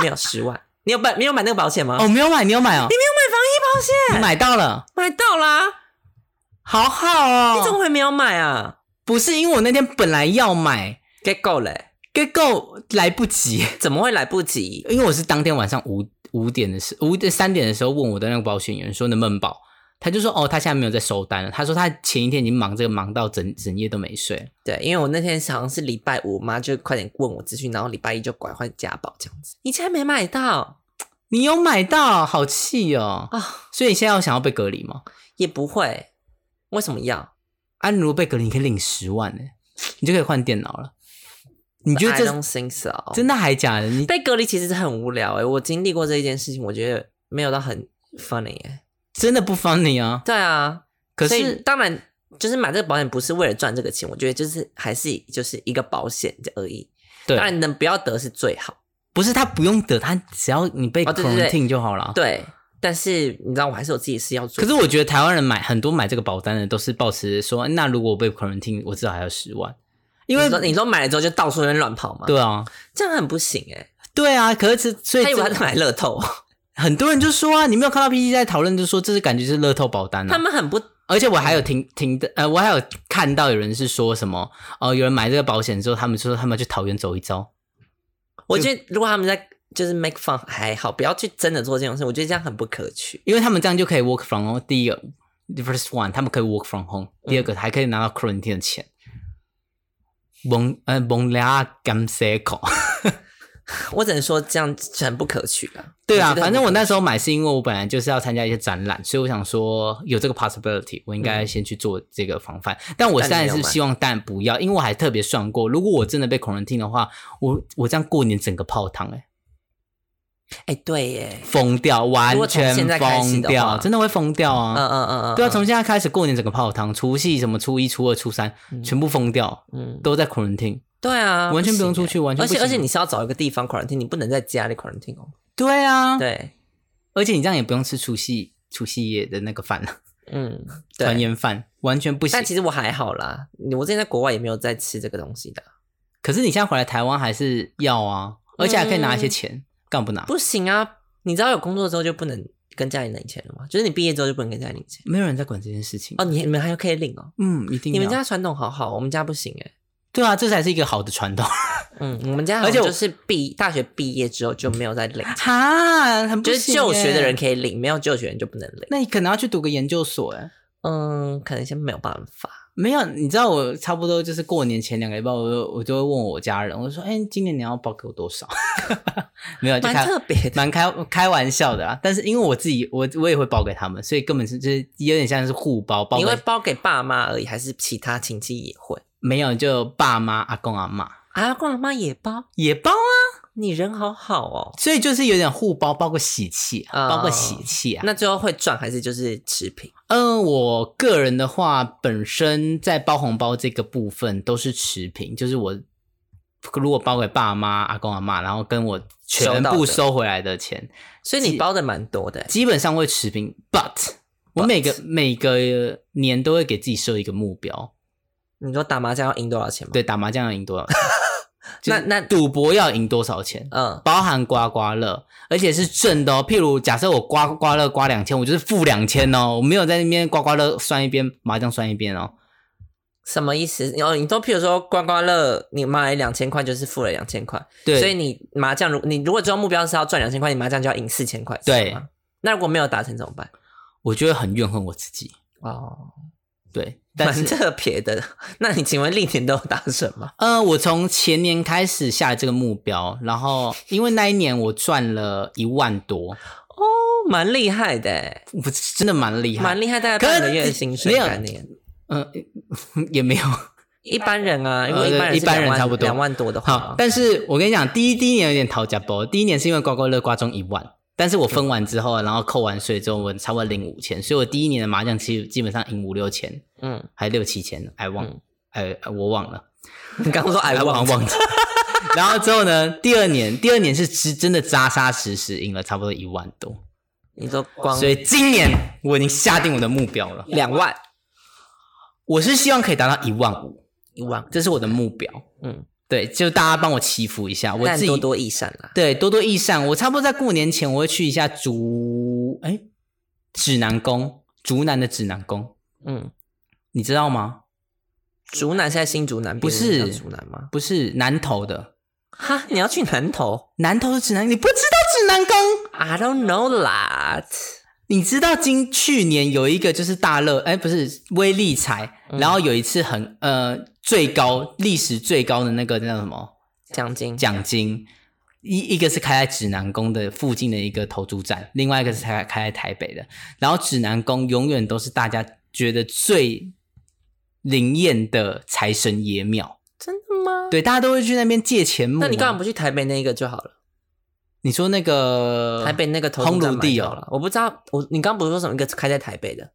[SPEAKER 2] 没有十万，你有买你有买那个保险吗？
[SPEAKER 1] 哦，没有买，你有买哦，
[SPEAKER 2] 你
[SPEAKER 1] 你
[SPEAKER 2] 没有买防疫保险，
[SPEAKER 1] 买到了，
[SPEAKER 2] 买到啦！
[SPEAKER 1] 哦好好哦。
[SPEAKER 2] 你怎么会没有买啊？
[SPEAKER 1] 不是因为我那天本来要买，
[SPEAKER 2] 给够嘞，
[SPEAKER 1] 结果来不及，
[SPEAKER 2] 怎么会来不及？
[SPEAKER 1] 因为我是当天晚上五五点的时五点三点的时候问我的那个保险员说能不能保，他就说哦他现在没有在收单了，他说他前一天已经忙这个忙到整整夜都没睡，
[SPEAKER 2] 对，因为我那天好像是礼拜五，我妈就快点问我资讯，然后礼拜一就拐换家保这样子。你竟然没买到
[SPEAKER 1] 你有买到，好气哦！
[SPEAKER 2] 啊、
[SPEAKER 1] 所以你现在要想要被隔离吗？
[SPEAKER 2] 也不会，为什么要？
[SPEAKER 1] 啊，你如果被隔离，你可以领十万呢、你就可以换电脑了。你觉得
[SPEAKER 2] I don't
[SPEAKER 1] 这
[SPEAKER 2] think so
[SPEAKER 1] 真的还假的？你
[SPEAKER 2] 被隔离其实很无聊哎、我经历过这一件事情，我觉得没有到很 funny 哎、
[SPEAKER 1] 真的不 funny 啊？
[SPEAKER 2] 对啊，
[SPEAKER 1] 可
[SPEAKER 2] 所以
[SPEAKER 1] 是
[SPEAKER 2] 当然就是买这个保险不是为了赚这个钱，我觉得就是还是就是一个保险而已。
[SPEAKER 1] 对，
[SPEAKER 2] 当然能不要得是最好，
[SPEAKER 1] 不是他不用得，他只要你被
[SPEAKER 2] 哦对对对
[SPEAKER 1] quarantine 就好了。啊
[SPEAKER 2] 对。但是你知道，我还是有自己事要做。
[SPEAKER 1] 可是我觉得台湾人买很多买这个保单的都是抱持说，那如果我被 quarantine，我至少还有十万，因为
[SPEAKER 2] 你说你说买了之后就到处那边乱跑嘛，，
[SPEAKER 1] 对啊，
[SPEAKER 2] 这样很不行哎、
[SPEAKER 1] 对啊。可是这所以
[SPEAKER 2] 他以为他
[SPEAKER 1] 这
[SPEAKER 2] 在买乐透，
[SPEAKER 1] 很多人就说啊，你没有看到 PPT 在讨论，就说这是感觉是乐透保单
[SPEAKER 2] 他
[SPEAKER 1] 啊。
[SPEAKER 2] 们很不
[SPEAKER 1] 而且我
[SPEAKER 2] 嗯
[SPEAKER 1] 还有听听的，呃，我还有看到有人是说什么，哦、有人买这个保险之后，他们说他们去桃园走一遭，
[SPEAKER 2] 我觉得如果他们在就是 make fun 还好，不要去真的做这种事，我觉得这样很不可取。
[SPEAKER 1] 因为他们这样就可以 work from home。第一个，the first one，他们可以 work from home；第
[SPEAKER 2] 嗯
[SPEAKER 1] 二个，还可以拿到 quarantine 的钱。蒙呃蒙俩甘塞口，
[SPEAKER 2] 我只能说这样很不可取啊。
[SPEAKER 1] 对啊，
[SPEAKER 2] 觉得很
[SPEAKER 1] 反
[SPEAKER 2] 不
[SPEAKER 1] 正我
[SPEAKER 2] 可
[SPEAKER 1] 那时候买是因为我本来就是要参加一些展览，所以我想说有这个 possibility，我应该先去做这个防范。但我现在是希望，但不要，因为我还特别算过，如果我真的被 quarantine 的话，我我这样过年整个泡汤、欸，哎，
[SPEAKER 2] 哎、对耶，
[SPEAKER 1] 疯掉，完
[SPEAKER 2] 如果从
[SPEAKER 1] 全
[SPEAKER 2] 现在开始
[SPEAKER 1] 疯
[SPEAKER 2] 的
[SPEAKER 1] 掉，
[SPEAKER 2] 话
[SPEAKER 1] 真的会疯掉啊！
[SPEAKER 2] 嗯嗯嗯嗯，
[SPEAKER 1] 对啊，从现在开始过年整个泡汤，除夕什么初一、初二、初三、全部封掉，
[SPEAKER 2] 嗯，
[SPEAKER 1] 都在 quarantine，
[SPEAKER 2] 对啊，
[SPEAKER 1] 完全不用出
[SPEAKER 2] 行
[SPEAKER 1] 去，完
[SPEAKER 2] 耶。
[SPEAKER 1] 全
[SPEAKER 2] 而
[SPEAKER 1] 不
[SPEAKER 2] 且
[SPEAKER 1] 行
[SPEAKER 2] 而且你是要找一个地方 quarantine，你不能在家里 quarantine 哦。
[SPEAKER 1] 对啊，
[SPEAKER 2] 对，
[SPEAKER 1] 而且你这样也不用吃除夕除夕夜的那个饭了，
[SPEAKER 2] 嗯，
[SPEAKER 1] 团
[SPEAKER 2] 对。
[SPEAKER 1] 圆饭完全不行
[SPEAKER 2] 但。其实我还好啦，我之前在国外也没有在吃这个东西的。
[SPEAKER 1] 可是你现在回来台湾还是要
[SPEAKER 2] 嗯
[SPEAKER 1] 啊，而且还可以拿一些钱，干嘛不拿？
[SPEAKER 2] 不行啊，你知道有工作之后就不能跟家里领钱了吗？就是你毕业之后就不能跟家里领钱。
[SPEAKER 1] 没有人在管这件事情
[SPEAKER 2] 哦，你你们还可以领哦。
[SPEAKER 1] 嗯，一定
[SPEAKER 2] 你们
[SPEAKER 1] 要
[SPEAKER 2] 家传统好好，我们家不行哎、
[SPEAKER 1] 对啊，这才是一个好的 传统。
[SPEAKER 2] 嗯，我们啊家
[SPEAKER 1] 而且
[SPEAKER 2] 而且
[SPEAKER 1] 我
[SPEAKER 2] 就是毕大学毕业之后就没有再领，
[SPEAKER 1] 哈，很不
[SPEAKER 2] 就是就学的
[SPEAKER 1] 行耶，
[SPEAKER 2] 人可以领，没有就学的人就不能领。
[SPEAKER 1] 那你可能要去读个研究所哎。
[SPEAKER 2] 嗯，可能先没有办法。
[SPEAKER 1] 没有，你知道我差不多就是过年前两个礼拜，我就我就会问我家人，我就说：“哎、今年你要报给我多少？” 没有，就
[SPEAKER 2] 蛮
[SPEAKER 1] 开
[SPEAKER 2] 特别的，
[SPEAKER 1] 蛮开开玩笑的啊啦。但是因为我自己，我我也会报给他们，所以根本是就是有点像是互包，包
[SPEAKER 2] 你会
[SPEAKER 1] 给
[SPEAKER 2] 包给爸妈而已，还是其他亲戚也会？
[SPEAKER 1] 没有就爸妈、阿公、阿妈
[SPEAKER 2] 啊，公阿妈也包，
[SPEAKER 1] 也包啊，
[SPEAKER 2] 你人好好哦。
[SPEAKER 1] 所以就是有点互包，包个喜气啊，
[SPEAKER 2] 哦
[SPEAKER 1] 包个喜气啊。
[SPEAKER 2] 那最后会赚还是就是持平？
[SPEAKER 1] 嗯，我个人的话，本身在包红包这个部分都是持平，就是我如果包给爸妈、阿公、阿妈，然后跟我全
[SPEAKER 2] 收到
[SPEAKER 1] 部
[SPEAKER 2] 的
[SPEAKER 1] 收回来的钱，
[SPEAKER 2] 所以你包的蛮多的欸、
[SPEAKER 1] 基本上会持平。But 我每个每个年都会给自己设一个目标，
[SPEAKER 2] 你说打麻将要赢多少钱吗？，
[SPEAKER 1] 对，打麻将要赢 多少钱
[SPEAKER 2] 那
[SPEAKER 1] 就是
[SPEAKER 2] 那
[SPEAKER 1] 赌博要赢多少钱，
[SPEAKER 2] 嗯，
[SPEAKER 1] 包含刮刮乐，而且是正的哦。譬如假设我刮刮乐刮两千，我就是负两千哦，我没有在那边刮刮乐算一边，麻将算一边哦。
[SPEAKER 2] 什么意思？哦，你都譬如说刮刮乐，你买两千块就是付了两千块，
[SPEAKER 1] 对，
[SPEAKER 2] 所以你麻将如你如果最后目标是要赚两千块，你麻将就要赢四千块，是
[SPEAKER 1] 对
[SPEAKER 2] 吗。那如果没有达成怎么办？
[SPEAKER 1] 我就会很怨恨我自己。
[SPEAKER 2] 哦，
[SPEAKER 1] 对，但
[SPEAKER 2] 蛮
[SPEAKER 1] 是
[SPEAKER 2] 特别的。那你请问历年都有达成 吗？
[SPEAKER 1] 呃，我从前年开始下这个目标，然后因为那一年我赚了一万 多，
[SPEAKER 2] 哦，蛮厉害的欸，
[SPEAKER 1] 我真的蛮厉害。
[SPEAKER 2] 蛮厉害，大概
[SPEAKER 1] 可是
[SPEAKER 2] 半个月的薪水
[SPEAKER 1] 没有
[SPEAKER 2] 概念。
[SPEAKER 1] 嗯、 也没有
[SPEAKER 2] 一般人啊，因
[SPEAKER 1] 呃
[SPEAKER 2] 为一般人
[SPEAKER 1] 一般人
[SPEAKER 2] 是两万
[SPEAKER 1] 差不多
[SPEAKER 2] 两万多的话
[SPEAKER 1] 好，，但是我跟你讲，第一第一年有点讨价包。第一年是因为刮刮乐刮中一万，但是我分完之后，然后扣完税之后，我差不多领五千，所以我第一年的麻将其实基本上赢五六千，
[SPEAKER 2] 嗯，
[SPEAKER 1] 还六七千，哎忘，哎、呃我忘了，
[SPEAKER 2] 你嗯刚刚说 I
[SPEAKER 1] 哎忘
[SPEAKER 2] want，
[SPEAKER 1] 忘记。 然后之后呢，第二年，第二年是真真的扎扎实实赢了差不多一万多，
[SPEAKER 2] 你说光
[SPEAKER 1] 所以今年我已经下定我的目标了，
[SPEAKER 2] 嗯两万
[SPEAKER 1] 我是希望可以达到一万五，
[SPEAKER 2] 一万，
[SPEAKER 1] 这是我的目标。
[SPEAKER 2] 嗯，
[SPEAKER 1] 对，就大家帮我祈福一下，我
[SPEAKER 2] 但
[SPEAKER 1] 自己
[SPEAKER 2] 多多益善啊啦。
[SPEAKER 1] 对多多益善。我差不多在过年前我会去一下竹哎指南宫，竹南的指南宫，
[SPEAKER 2] 嗯，
[SPEAKER 1] 你知道吗？
[SPEAKER 2] 竹南现在新竹南
[SPEAKER 1] 不是
[SPEAKER 2] 边叫竹南吗？
[SPEAKER 1] 不是南投的，
[SPEAKER 2] 哈，你要去南投
[SPEAKER 1] 南投的指南，你不知道指南宫？
[SPEAKER 2] ？I don't know that。
[SPEAKER 1] 你知道今去年有一个就是大乐，哎，不是威力财，
[SPEAKER 2] 嗯
[SPEAKER 1] 然后有一次很呃最高历史最高的那个那叫什么
[SPEAKER 2] 奖金
[SPEAKER 1] 奖金，一一个是开在指南宫的附近的一个投注站，另外一个是开开在台北的。然后指南宫永远都是大家觉得最灵验的财神爷庙，
[SPEAKER 2] 真的吗？
[SPEAKER 1] 对，大家都会去那边借钱木。
[SPEAKER 2] 那你干嘛？不去台北那一个就好了？
[SPEAKER 1] 你说那个
[SPEAKER 2] 台北那个投
[SPEAKER 1] 嗯烘
[SPEAKER 2] 注站
[SPEAKER 1] 炉地
[SPEAKER 2] 买就好
[SPEAKER 1] 哦，
[SPEAKER 2] 了，我不知道。我你刚不是说什么一个开在台北的？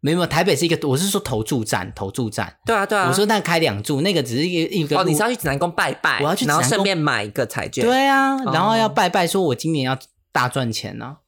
[SPEAKER 1] 没有没有，台北是一个，我是说投注站，投注站。
[SPEAKER 2] 对啊，对啊。
[SPEAKER 1] 我说那开两注，那个只是一个一个
[SPEAKER 2] 哦，你
[SPEAKER 1] 路
[SPEAKER 2] 是要去指南宫拜拜，
[SPEAKER 1] 我要去指
[SPEAKER 2] 然
[SPEAKER 1] 南宫
[SPEAKER 2] 后顺便买一个彩券。
[SPEAKER 1] 对啊，然后要
[SPEAKER 2] 哦
[SPEAKER 1] 拜拜，说我今年要大赚钱呢、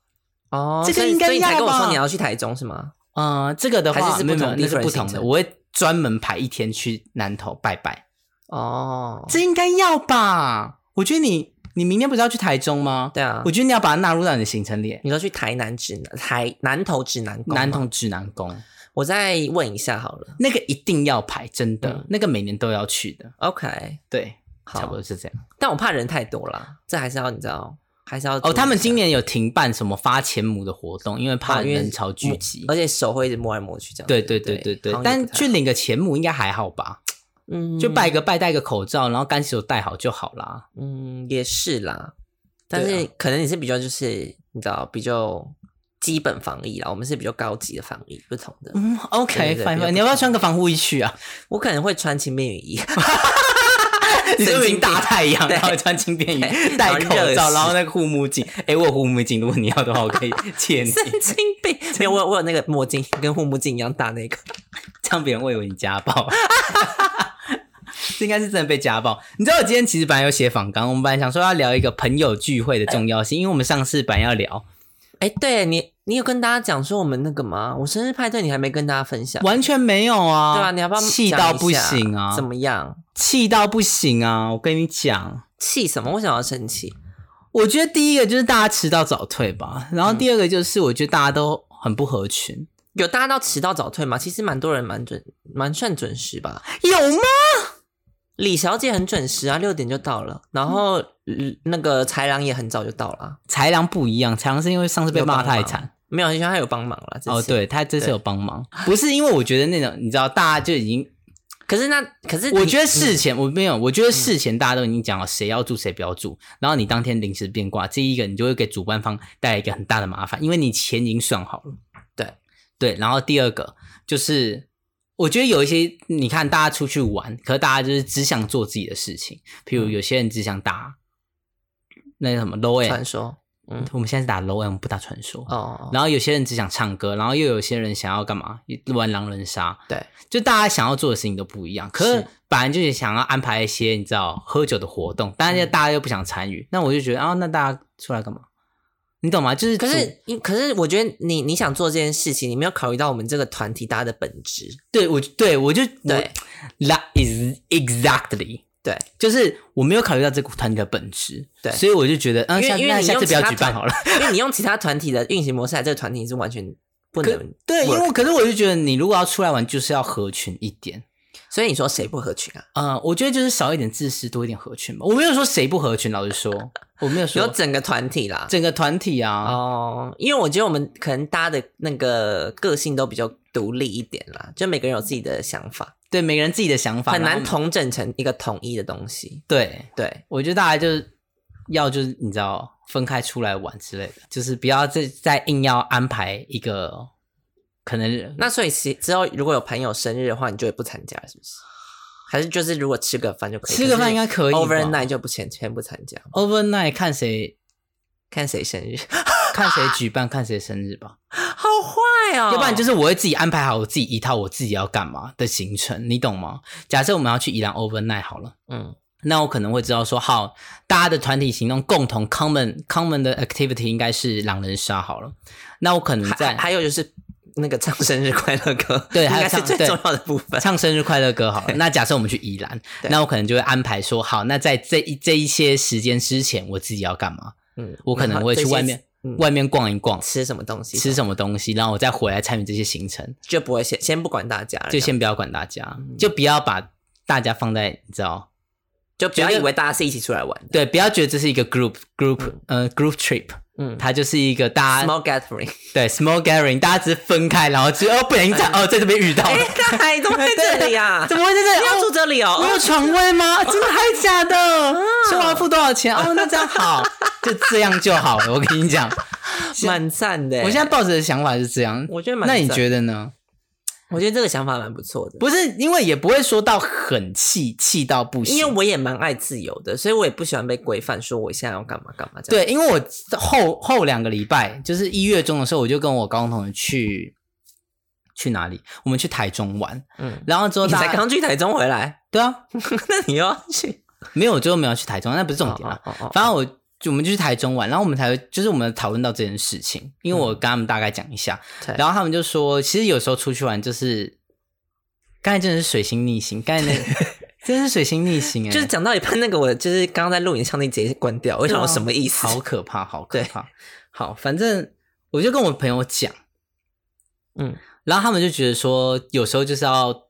[SPEAKER 2] 哦，
[SPEAKER 1] 啊这个
[SPEAKER 2] 所以
[SPEAKER 1] 应该
[SPEAKER 2] 所以你才
[SPEAKER 1] 要
[SPEAKER 2] 跟我说
[SPEAKER 1] 吧
[SPEAKER 2] 你要去台中是吗？
[SPEAKER 1] 呃，这个的
[SPEAKER 2] 还
[SPEAKER 1] 话
[SPEAKER 2] 是是
[SPEAKER 1] 没有
[SPEAKER 2] 不
[SPEAKER 1] 没
[SPEAKER 2] 同
[SPEAKER 1] 有，
[SPEAKER 2] 地
[SPEAKER 1] 那是
[SPEAKER 2] 方的
[SPEAKER 1] 不
[SPEAKER 2] 行
[SPEAKER 1] 同的，
[SPEAKER 2] 程
[SPEAKER 1] 我会专门排一天去南投拜拜，
[SPEAKER 2] 哦，
[SPEAKER 1] 这应该要吧？我觉得你你明天不是要去台中吗？
[SPEAKER 2] 对啊
[SPEAKER 1] 我，觉得你要把它纳入到你的行程里，
[SPEAKER 2] 你说去台南指南台南投指南宫吗
[SPEAKER 1] 南，投指南宫
[SPEAKER 2] 我再问一下好了。
[SPEAKER 1] 那个一定要排，真的，
[SPEAKER 2] 嗯
[SPEAKER 1] 那个每年都要去的，
[SPEAKER 2] OK，
[SPEAKER 1] 对，
[SPEAKER 2] 好
[SPEAKER 1] 差不多是这样。
[SPEAKER 2] 但我怕人太多了，这还是要你知道，还是要注意
[SPEAKER 1] 哦，
[SPEAKER 2] 一下
[SPEAKER 1] 他们今年有停办什么发钱母的活动，因为怕
[SPEAKER 2] 哦因为呃
[SPEAKER 1] 人潮聚集。
[SPEAKER 2] 而且手会一直摸来摸去这样。
[SPEAKER 1] 对对对对对，但去领个钱母应该还好吧？
[SPEAKER 2] 嗯
[SPEAKER 1] 就拜个拜，戴个口罩，然后干洗手戴好就好啦。
[SPEAKER 2] 嗯也是啦，但
[SPEAKER 1] 对
[SPEAKER 2] 是可能你是比较就是你知道比较基本防疫啦，我们是比较高级的防疫，不同的。
[SPEAKER 1] 嗯，OK，
[SPEAKER 2] 对对
[SPEAKER 1] 反
[SPEAKER 2] 比
[SPEAKER 1] 正
[SPEAKER 2] 较
[SPEAKER 1] 你要不要穿个防护衣去 啊？
[SPEAKER 2] 我可能会穿轻便雨衣，
[SPEAKER 1] 你就
[SPEAKER 2] 神经
[SPEAKER 1] 明
[SPEAKER 2] 病
[SPEAKER 1] 大太阳，
[SPEAKER 2] 对
[SPEAKER 1] 然后穿轻便衣，
[SPEAKER 2] 对
[SPEAKER 1] 戴口
[SPEAKER 2] 然后热
[SPEAKER 1] 罩，
[SPEAKER 2] 死
[SPEAKER 1] 然后那个护目镜。哎，我有护目镜，如果你要的话，我 可以借你，
[SPEAKER 2] 神经 病。没有，我有我有那个墨镜，跟护目镜一样大那个。
[SPEAKER 1] 这样别人会以为你家暴。 这应该是真的被家暴。你知道我今天其实本来有写访纲，我们本来想说要聊一个朋友聚会的重要性，因为我们上次本来要聊，
[SPEAKER 2] 哎，对你，你有跟大家讲说我们那个吗？我生日派对你还没跟大家分享，
[SPEAKER 1] 完全没有啊。
[SPEAKER 2] 对吧、你哦要不要
[SPEAKER 1] 气
[SPEAKER 2] 讲
[SPEAKER 1] 到
[SPEAKER 2] 一
[SPEAKER 1] 不
[SPEAKER 2] 下
[SPEAKER 1] 行啊？
[SPEAKER 2] 怎么样？
[SPEAKER 1] 气到不行啊！我跟你讲，
[SPEAKER 2] 气什么？为什么要生气？
[SPEAKER 1] 我觉得第一个就是大家迟到早退吧，然后
[SPEAKER 2] 嗯
[SPEAKER 1] 第二个就是我觉得大家都很不合群，
[SPEAKER 2] 有大家到迟到早退吗？其实蛮多人蛮准，蛮算准时吧。
[SPEAKER 1] 有吗？
[SPEAKER 2] 李小姐很准时啊，六点就到了。然后、嗯那个豺狼也很早就到了啊，
[SPEAKER 1] 豺狼不一样，豺狼是因为上次被骂太
[SPEAKER 2] 有帮忙
[SPEAKER 1] 惨
[SPEAKER 2] 没有，因为他有帮忙了。这次
[SPEAKER 1] 哦，。对他这次
[SPEAKER 2] 对
[SPEAKER 1] 有帮忙，不是因为我觉得那种你知道，大家就已经，
[SPEAKER 2] 可是那可是
[SPEAKER 1] 我
[SPEAKER 2] 你嗯
[SPEAKER 1] 觉得事前我没有，我觉得事前大家都已经讲了谁要住谁不要住，然后你当天临时变卦，这一个你就会给主办方带来一个很大的麻烦，因为你钱已经算好了，
[SPEAKER 2] 对
[SPEAKER 1] 对，然后第二个就是。我觉得有一些，你看大家出去玩，可是大家就是只想做自己的事情。譬
[SPEAKER 2] 嗯
[SPEAKER 1] 如有些人只想打那个什么 low
[SPEAKER 2] 传
[SPEAKER 1] end，
[SPEAKER 2] 说
[SPEAKER 1] 我们现在是打 low end，我们不打传说。
[SPEAKER 2] 哦，
[SPEAKER 1] 然后有些人只想唱歌，然后又有些人想要干嘛玩狼人杀，
[SPEAKER 2] 对，
[SPEAKER 1] 就大家想要做的事情都不一样。可是
[SPEAKER 2] 是
[SPEAKER 1] 本来就是想要安排一些你知道喝酒的活动，但
[SPEAKER 2] 嗯
[SPEAKER 1] 是大家又不想参与，那我就觉得啊，那大家出来干嘛？你懂吗？就是
[SPEAKER 2] 可
[SPEAKER 1] 主
[SPEAKER 2] 是你可是我觉得你你想做这件事情，你没有考虑到我们这个团体大家的本质。
[SPEAKER 1] 对我对我就
[SPEAKER 2] 对
[SPEAKER 1] 我，that is exactly。
[SPEAKER 2] 对，
[SPEAKER 1] 就是我没有考虑到这个团体的本质，
[SPEAKER 2] 对
[SPEAKER 1] 所以我就觉得，嗯，
[SPEAKER 2] 因为
[SPEAKER 1] 下
[SPEAKER 2] 因为
[SPEAKER 1] 那
[SPEAKER 2] 你
[SPEAKER 1] 下
[SPEAKER 2] 用
[SPEAKER 1] 次不要
[SPEAKER 2] 其他
[SPEAKER 1] 举办
[SPEAKER 2] 团
[SPEAKER 1] 好了。
[SPEAKER 2] 因为你用其他团体的运行模式来这个团体是完全不
[SPEAKER 1] 可
[SPEAKER 2] 能
[SPEAKER 1] 对，因为
[SPEAKER 2] work
[SPEAKER 1] 我可是我就觉得，你如果要出来玩，就是要合群一点。
[SPEAKER 2] 所以你说谁不合群啊？
[SPEAKER 1] 呃，我觉得就是少一点自私，多一点合群吧。我没有说谁不合群，老实说，我没有
[SPEAKER 2] 有
[SPEAKER 1] 说
[SPEAKER 2] 整个团体啦。
[SPEAKER 1] 整个团体啊。
[SPEAKER 2] 哦，因为我觉得我们可能大家的那个个性都比较独立一点啦，就每个人有自己的想法，
[SPEAKER 1] 对，每个人自己的想法
[SPEAKER 2] 很难
[SPEAKER 1] 同。
[SPEAKER 2] 统整成一个统一的东西。
[SPEAKER 1] 对，
[SPEAKER 2] 对，
[SPEAKER 1] 我觉得大家就是要就是你知道分开出来玩之类的，就是不要再再硬要安排一个可能
[SPEAKER 2] 那所以其之后如果有朋友生日的话，你就会不参加，是不是？还是就是如果吃个饭就可以，
[SPEAKER 1] 吃个饭应该可以吧
[SPEAKER 2] Overnight 就不全全部参加，
[SPEAKER 1] overnight 看谁
[SPEAKER 2] 看谁生日。
[SPEAKER 1] 看谁举办，看谁生日吧。
[SPEAKER 2] 好坏哦！
[SPEAKER 1] 要不然就是我会自己安排好我自己一套我自己要干嘛的行程，你懂吗？假设我们要去宜兰 overnight 好了，
[SPEAKER 2] 嗯，
[SPEAKER 1] 那我可能会知道说，好，大家的团体行动共同 common common 的 activity 应该是狼人杀好了。那我可能
[SPEAKER 2] 还
[SPEAKER 1] 在
[SPEAKER 2] 还有就是那个唱生日快乐歌，
[SPEAKER 1] 对
[SPEAKER 2] 应
[SPEAKER 1] 还有
[SPEAKER 2] 该是
[SPEAKER 1] 唱
[SPEAKER 2] 最
[SPEAKER 1] 对
[SPEAKER 2] 重要的部分。
[SPEAKER 1] 唱生日快乐歌好了。那假设我们去宜兰，
[SPEAKER 2] 对
[SPEAKER 1] 那我可能就会安排说，好，那在这一这一些时间之前，我自己要干嘛？
[SPEAKER 2] 嗯，
[SPEAKER 1] 我可能会去外面、
[SPEAKER 2] 然后这些嗯
[SPEAKER 1] 外面逛一逛，
[SPEAKER 2] 吃什么东西，
[SPEAKER 1] 吃什么东西，然后我再回来参与这些行程，
[SPEAKER 2] 就不会先先不管大家了，
[SPEAKER 1] 就
[SPEAKER 2] 这样
[SPEAKER 1] 先不要管大家，
[SPEAKER 2] 嗯
[SPEAKER 1] 就不要把大家放在你知道。
[SPEAKER 2] 就不要
[SPEAKER 1] 觉
[SPEAKER 2] 以
[SPEAKER 1] 得
[SPEAKER 2] 为大家是一起出来玩的。
[SPEAKER 1] 对，不要觉得这是一个 group group、呃 group trip，
[SPEAKER 2] 嗯
[SPEAKER 1] 它就是一个大家
[SPEAKER 2] ，small gathering。
[SPEAKER 1] 对 small gathering，大家只是分开，然后就哦不小心在哦在这边遇到
[SPEAKER 2] 哎
[SPEAKER 1] 了，，
[SPEAKER 2] 大海怎么在这里 啊？
[SPEAKER 1] 怎么会在这
[SPEAKER 2] 你
[SPEAKER 1] 里？
[SPEAKER 2] 要住
[SPEAKER 1] 哦，
[SPEAKER 2] 这里
[SPEAKER 1] 我
[SPEAKER 2] 哦？
[SPEAKER 1] 有床位吗？ 真的还假的？
[SPEAKER 2] 嗯
[SPEAKER 1] 说我要付多少钱？哦，那这样 好，就这样就好了。我跟你讲，
[SPEAKER 2] 蛮赞的。欸
[SPEAKER 1] 我现在抱着的想法是这样，
[SPEAKER 2] 我觉得蛮
[SPEAKER 1] 那你
[SPEAKER 2] 赞
[SPEAKER 1] 觉得呢？
[SPEAKER 2] 我觉得这个想法蛮不错的，
[SPEAKER 1] 不是，因为也不会说到很气，气到不行。
[SPEAKER 2] 因为我也蛮爱自由的，所以我也不喜欢被规范，说我现在要干嘛干嘛这样。
[SPEAKER 1] 对，因为我后后两个礼拜，就是一月中的时候，我就跟我高中同学去去哪里？我们去台中玩，
[SPEAKER 2] 嗯，
[SPEAKER 1] 然后之后
[SPEAKER 2] 你
[SPEAKER 1] 大
[SPEAKER 2] 才
[SPEAKER 1] 家
[SPEAKER 2] 刚去台中回来，
[SPEAKER 1] 对啊，
[SPEAKER 2] 那你又要去？
[SPEAKER 1] 没有，最后没有去台中，那不 是重点啊。
[SPEAKER 2] 哦，哦哦
[SPEAKER 1] 反正我就我们就去台中玩，然后我们才会就是我们讨论到这件事情，因为我跟他们大概讲一下，
[SPEAKER 2] 嗯对
[SPEAKER 1] 然后他们就说，其实有时候出去玩就是，刚才真的是水星逆行，刚才那 真的是水星逆行哎、
[SPEAKER 2] 哦就是讲到一半，那个我就是刚刚在录影上那节关掉，我想我什么意思？
[SPEAKER 1] 啊好可怕，好可
[SPEAKER 2] 对
[SPEAKER 1] 怕。好，反正我就跟我朋友讲，
[SPEAKER 2] 嗯，
[SPEAKER 1] 然后他们就觉得说，有时候就是要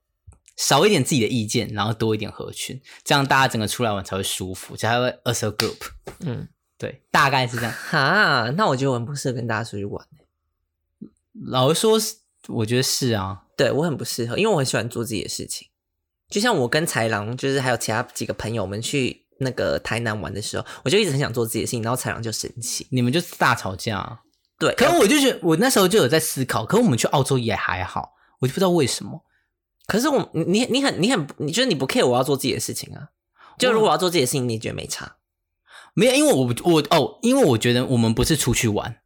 [SPEAKER 1] 少一点自己的意见，然后多一点合群，这样大家整个出来玩才会舒服，才会 as a group。
[SPEAKER 2] 嗯，
[SPEAKER 1] 对，大概是这样。
[SPEAKER 2] 哈，那我觉得我很不适合跟大家出去玩，
[SPEAKER 1] 老实说，我觉得是啊，
[SPEAKER 2] 对我很不适合，因为我很喜欢做自己的事情。就像我跟豺狼，就是还有其他几个朋友们去那个台南玩的时候，我就一直很想做自己的事情，然后豺狼就生气。
[SPEAKER 1] 你们就是大吵架、啊。
[SPEAKER 2] 对，
[SPEAKER 1] 可我就觉得，我那时候就有在思考，可我们去澳洲也还好，我就不知道为什么。
[SPEAKER 2] 可是我你你很你很你就是你不 care 我要做自己的事情啊。就如果我要做自己的事情，你觉得没差？
[SPEAKER 1] 没有，因为我不我哦，因为我觉得我们不是出去玩，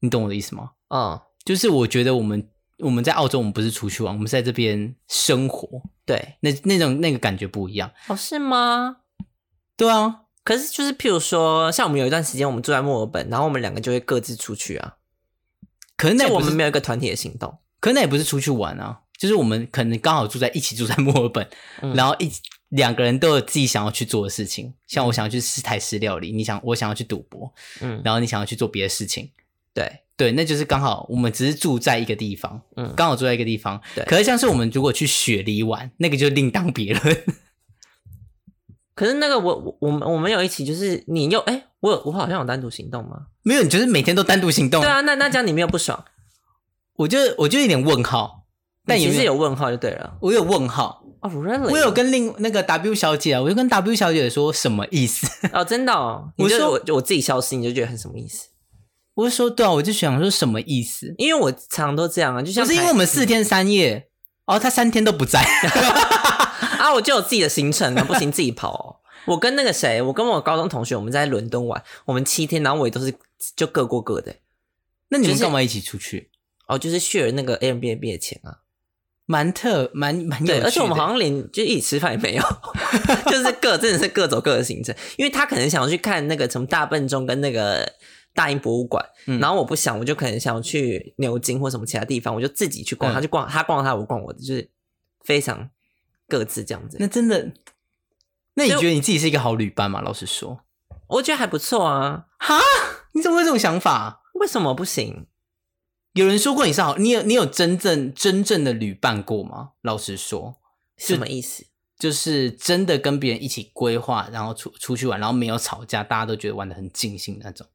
[SPEAKER 1] 你懂我的意思吗？
[SPEAKER 2] 嗯，
[SPEAKER 1] 就是我觉得我们我们在澳洲，我们不是出去玩，我们是在这边生活，
[SPEAKER 2] 对，
[SPEAKER 1] 那那种那个感觉不一样。
[SPEAKER 2] 哦，是吗？
[SPEAKER 1] 对啊，
[SPEAKER 2] 可是就是譬如说，像我们有一段时间我们住在墨尔本，然后我们两个就会各自出去啊。
[SPEAKER 1] 可能那
[SPEAKER 2] 但
[SPEAKER 1] 也
[SPEAKER 2] 我
[SPEAKER 1] 不
[SPEAKER 2] 们
[SPEAKER 1] 是，
[SPEAKER 2] 没有一个团体的行动。
[SPEAKER 1] 可能那也不是出去玩啊，就是我们可能刚好住在一起，住在墨尔本，
[SPEAKER 2] 嗯
[SPEAKER 1] 然后一起两个人都有自己想要去做的事情，像我想要去吃台式料理，你想我想要去赌博，
[SPEAKER 2] 嗯，
[SPEAKER 1] 然后你想要去做别的事情。
[SPEAKER 2] 对，
[SPEAKER 1] 对，那就是刚好我们只是住在一个地方，
[SPEAKER 2] 嗯
[SPEAKER 1] 刚好住在一个地方。
[SPEAKER 2] 对
[SPEAKER 1] 可是像是我们如果去雪梨玩，那个就另当别论。
[SPEAKER 2] 可是那个我我我们我们有一起，就是你又哎、我有我好像有单独行动吗？
[SPEAKER 1] 没有，你就是每天都单独行动。
[SPEAKER 2] 对啊，那那这样你没有不爽，
[SPEAKER 1] 我就我就有点问号， 但
[SPEAKER 2] 但
[SPEAKER 1] 也
[SPEAKER 2] 其
[SPEAKER 1] 没
[SPEAKER 2] 实有问号就对了。
[SPEAKER 1] 我有问号，
[SPEAKER 2] 哦、r e a l l y
[SPEAKER 1] 我有跟另那个 W 小姐啊，我就跟 W 小姐说什么意思？
[SPEAKER 2] 哦，真的哦，你
[SPEAKER 1] 我
[SPEAKER 2] 就
[SPEAKER 1] 说
[SPEAKER 2] 我我自己消失，你就觉得很什么意思？
[SPEAKER 1] 我就说对啊，我就想说什么意思？
[SPEAKER 2] 因为我常都这样啊，就像
[SPEAKER 1] 不是因为我们四天三夜，哦，她三天都不在，
[SPEAKER 2] 啊，我就有自己的行程啊，不行自己跑、 哦。我跟那个谁，我跟我高中同学，我们在伦敦玩，我们七天，然后我也都是就各过各的、
[SPEAKER 1] 那你
[SPEAKER 2] 就
[SPEAKER 1] 们
[SPEAKER 2] 是
[SPEAKER 1] 干嘛一起出去？
[SPEAKER 2] 哦，就是 share 那个 Airbnb 的钱啊，
[SPEAKER 1] 蛮特蛮蛮有趣
[SPEAKER 2] 对，
[SPEAKER 1] 的
[SPEAKER 2] 而且我们好像连就一起吃饭也没 有，就是各真的是各走各的行程，因为他可能想要去看那个什么大笨钟跟那个大英博物馆，
[SPEAKER 1] 嗯
[SPEAKER 2] 然后我不想，我就可能想要去牛津或什么其他地方，我就自己去逛，
[SPEAKER 1] 嗯
[SPEAKER 2] 他就逛他逛他，我逛我的，就是非常各自这样子。
[SPEAKER 1] 那真的，那你
[SPEAKER 2] 所以
[SPEAKER 1] 觉得你自己是一个好旅伴吗？老实说，
[SPEAKER 2] 我觉得还不错啊，
[SPEAKER 1] 哈，你怎么会有这种想法、
[SPEAKER 2] 为什么不行？
[SPEAKER 1] 有人说过你是好，你有你有真正真正的旅伴过吗？老实说，
[SPEAKER 2] 什么意思？
[SPEAKER 1] 就是真的跟别人一起规划，然后出出去玩，然后没有吵架，大家都觉得玩的很尽兴那种。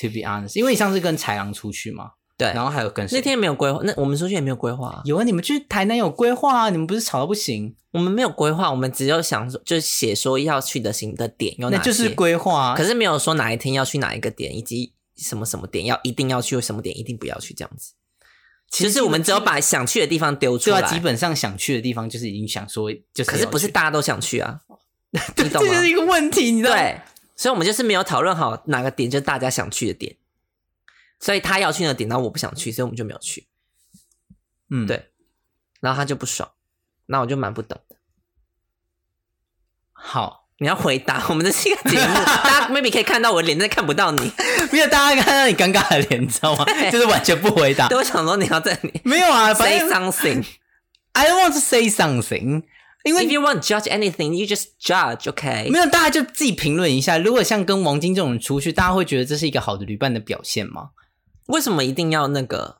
[SPEAKER 1] To be honest，因为你上次跟豺狼出去嘛，
[SPEAKER 2] 对，
[SPEAKER 1] 然后还有跟谁
[SPEAKER 2] 那天没有规划，那我们出去也没有规划、啊，
[SPEAKER 1] 有啊，你们去台南有规划啊，你们不是吵到不行，
[SPEAKER 2] 我们没有规划，我们只有想说，就是写说要去的行的点有哪
[SPEAKER 1] 那
[SPEAKER 2] 些，
[SPEAKER 1] 就是规划啊。
[SPEAKER 2] 可是没有说哪一天要去哪一个点，以及什么什么点要一定要去，或什么点一定不要去这样子。
[SPEAKER 1] 其
[SPEAKER 2] 其
[SPEAKER 1] 实
[SPEAKER 2] 实我们只有把想去的地方丢出
[SPEAKER 1] 对
[SPEAKER 2] 来，
[SPEAKER 1] 啊，基本上想去的地方就是已经想说，就是
[SPEAKER 2] 可是不是
[SPEAKER 1] 要去
[SPEAKER 2] 大家都想去啊，你懂
[SPEAKER 1] 这
[SPEAKER 2] 吗
[SPEAKER 1] 就？是一个问题，你知道吗？
[SPEAKER 2] 对，所以我们就是没有讨论好哪个点就是大家想去的点，所以他要去那个点，然后我不想去，所以我们就没有去，
[SPEAKER 1] 嗯，
[SPEAKER 2] 对然后他就不爽，那我就蛮不懂的。
[SPEAKER 1] 好，
[SPEAKER 2] 你要回答 我们的这个节 目，大家 maybe 可以看到我脸，但是看不到你。
[SPEAKER 1] 没有大家看到你尴尬的脸，你知道吗？就是完全不回答
[SPEAKER 2] 对，。我想说你要在你
[SPEAKER 1] 没有啊， 反
[SPEAKER 2] say
[SPEAKER 1] 正
[SPEAKER 2] something。
[SPEAKER 1] I don't want to say something，因为
[SPEAKER 2] If you want to judge anything, you just judge, OK？
[SPEAKER 1] 没有大家就自己评论一下。如果像跟王晶这种人出去，大家会觉得这是一个好的旅伴的表现吗？
[SPEAKER 2] 为什么一定要那个？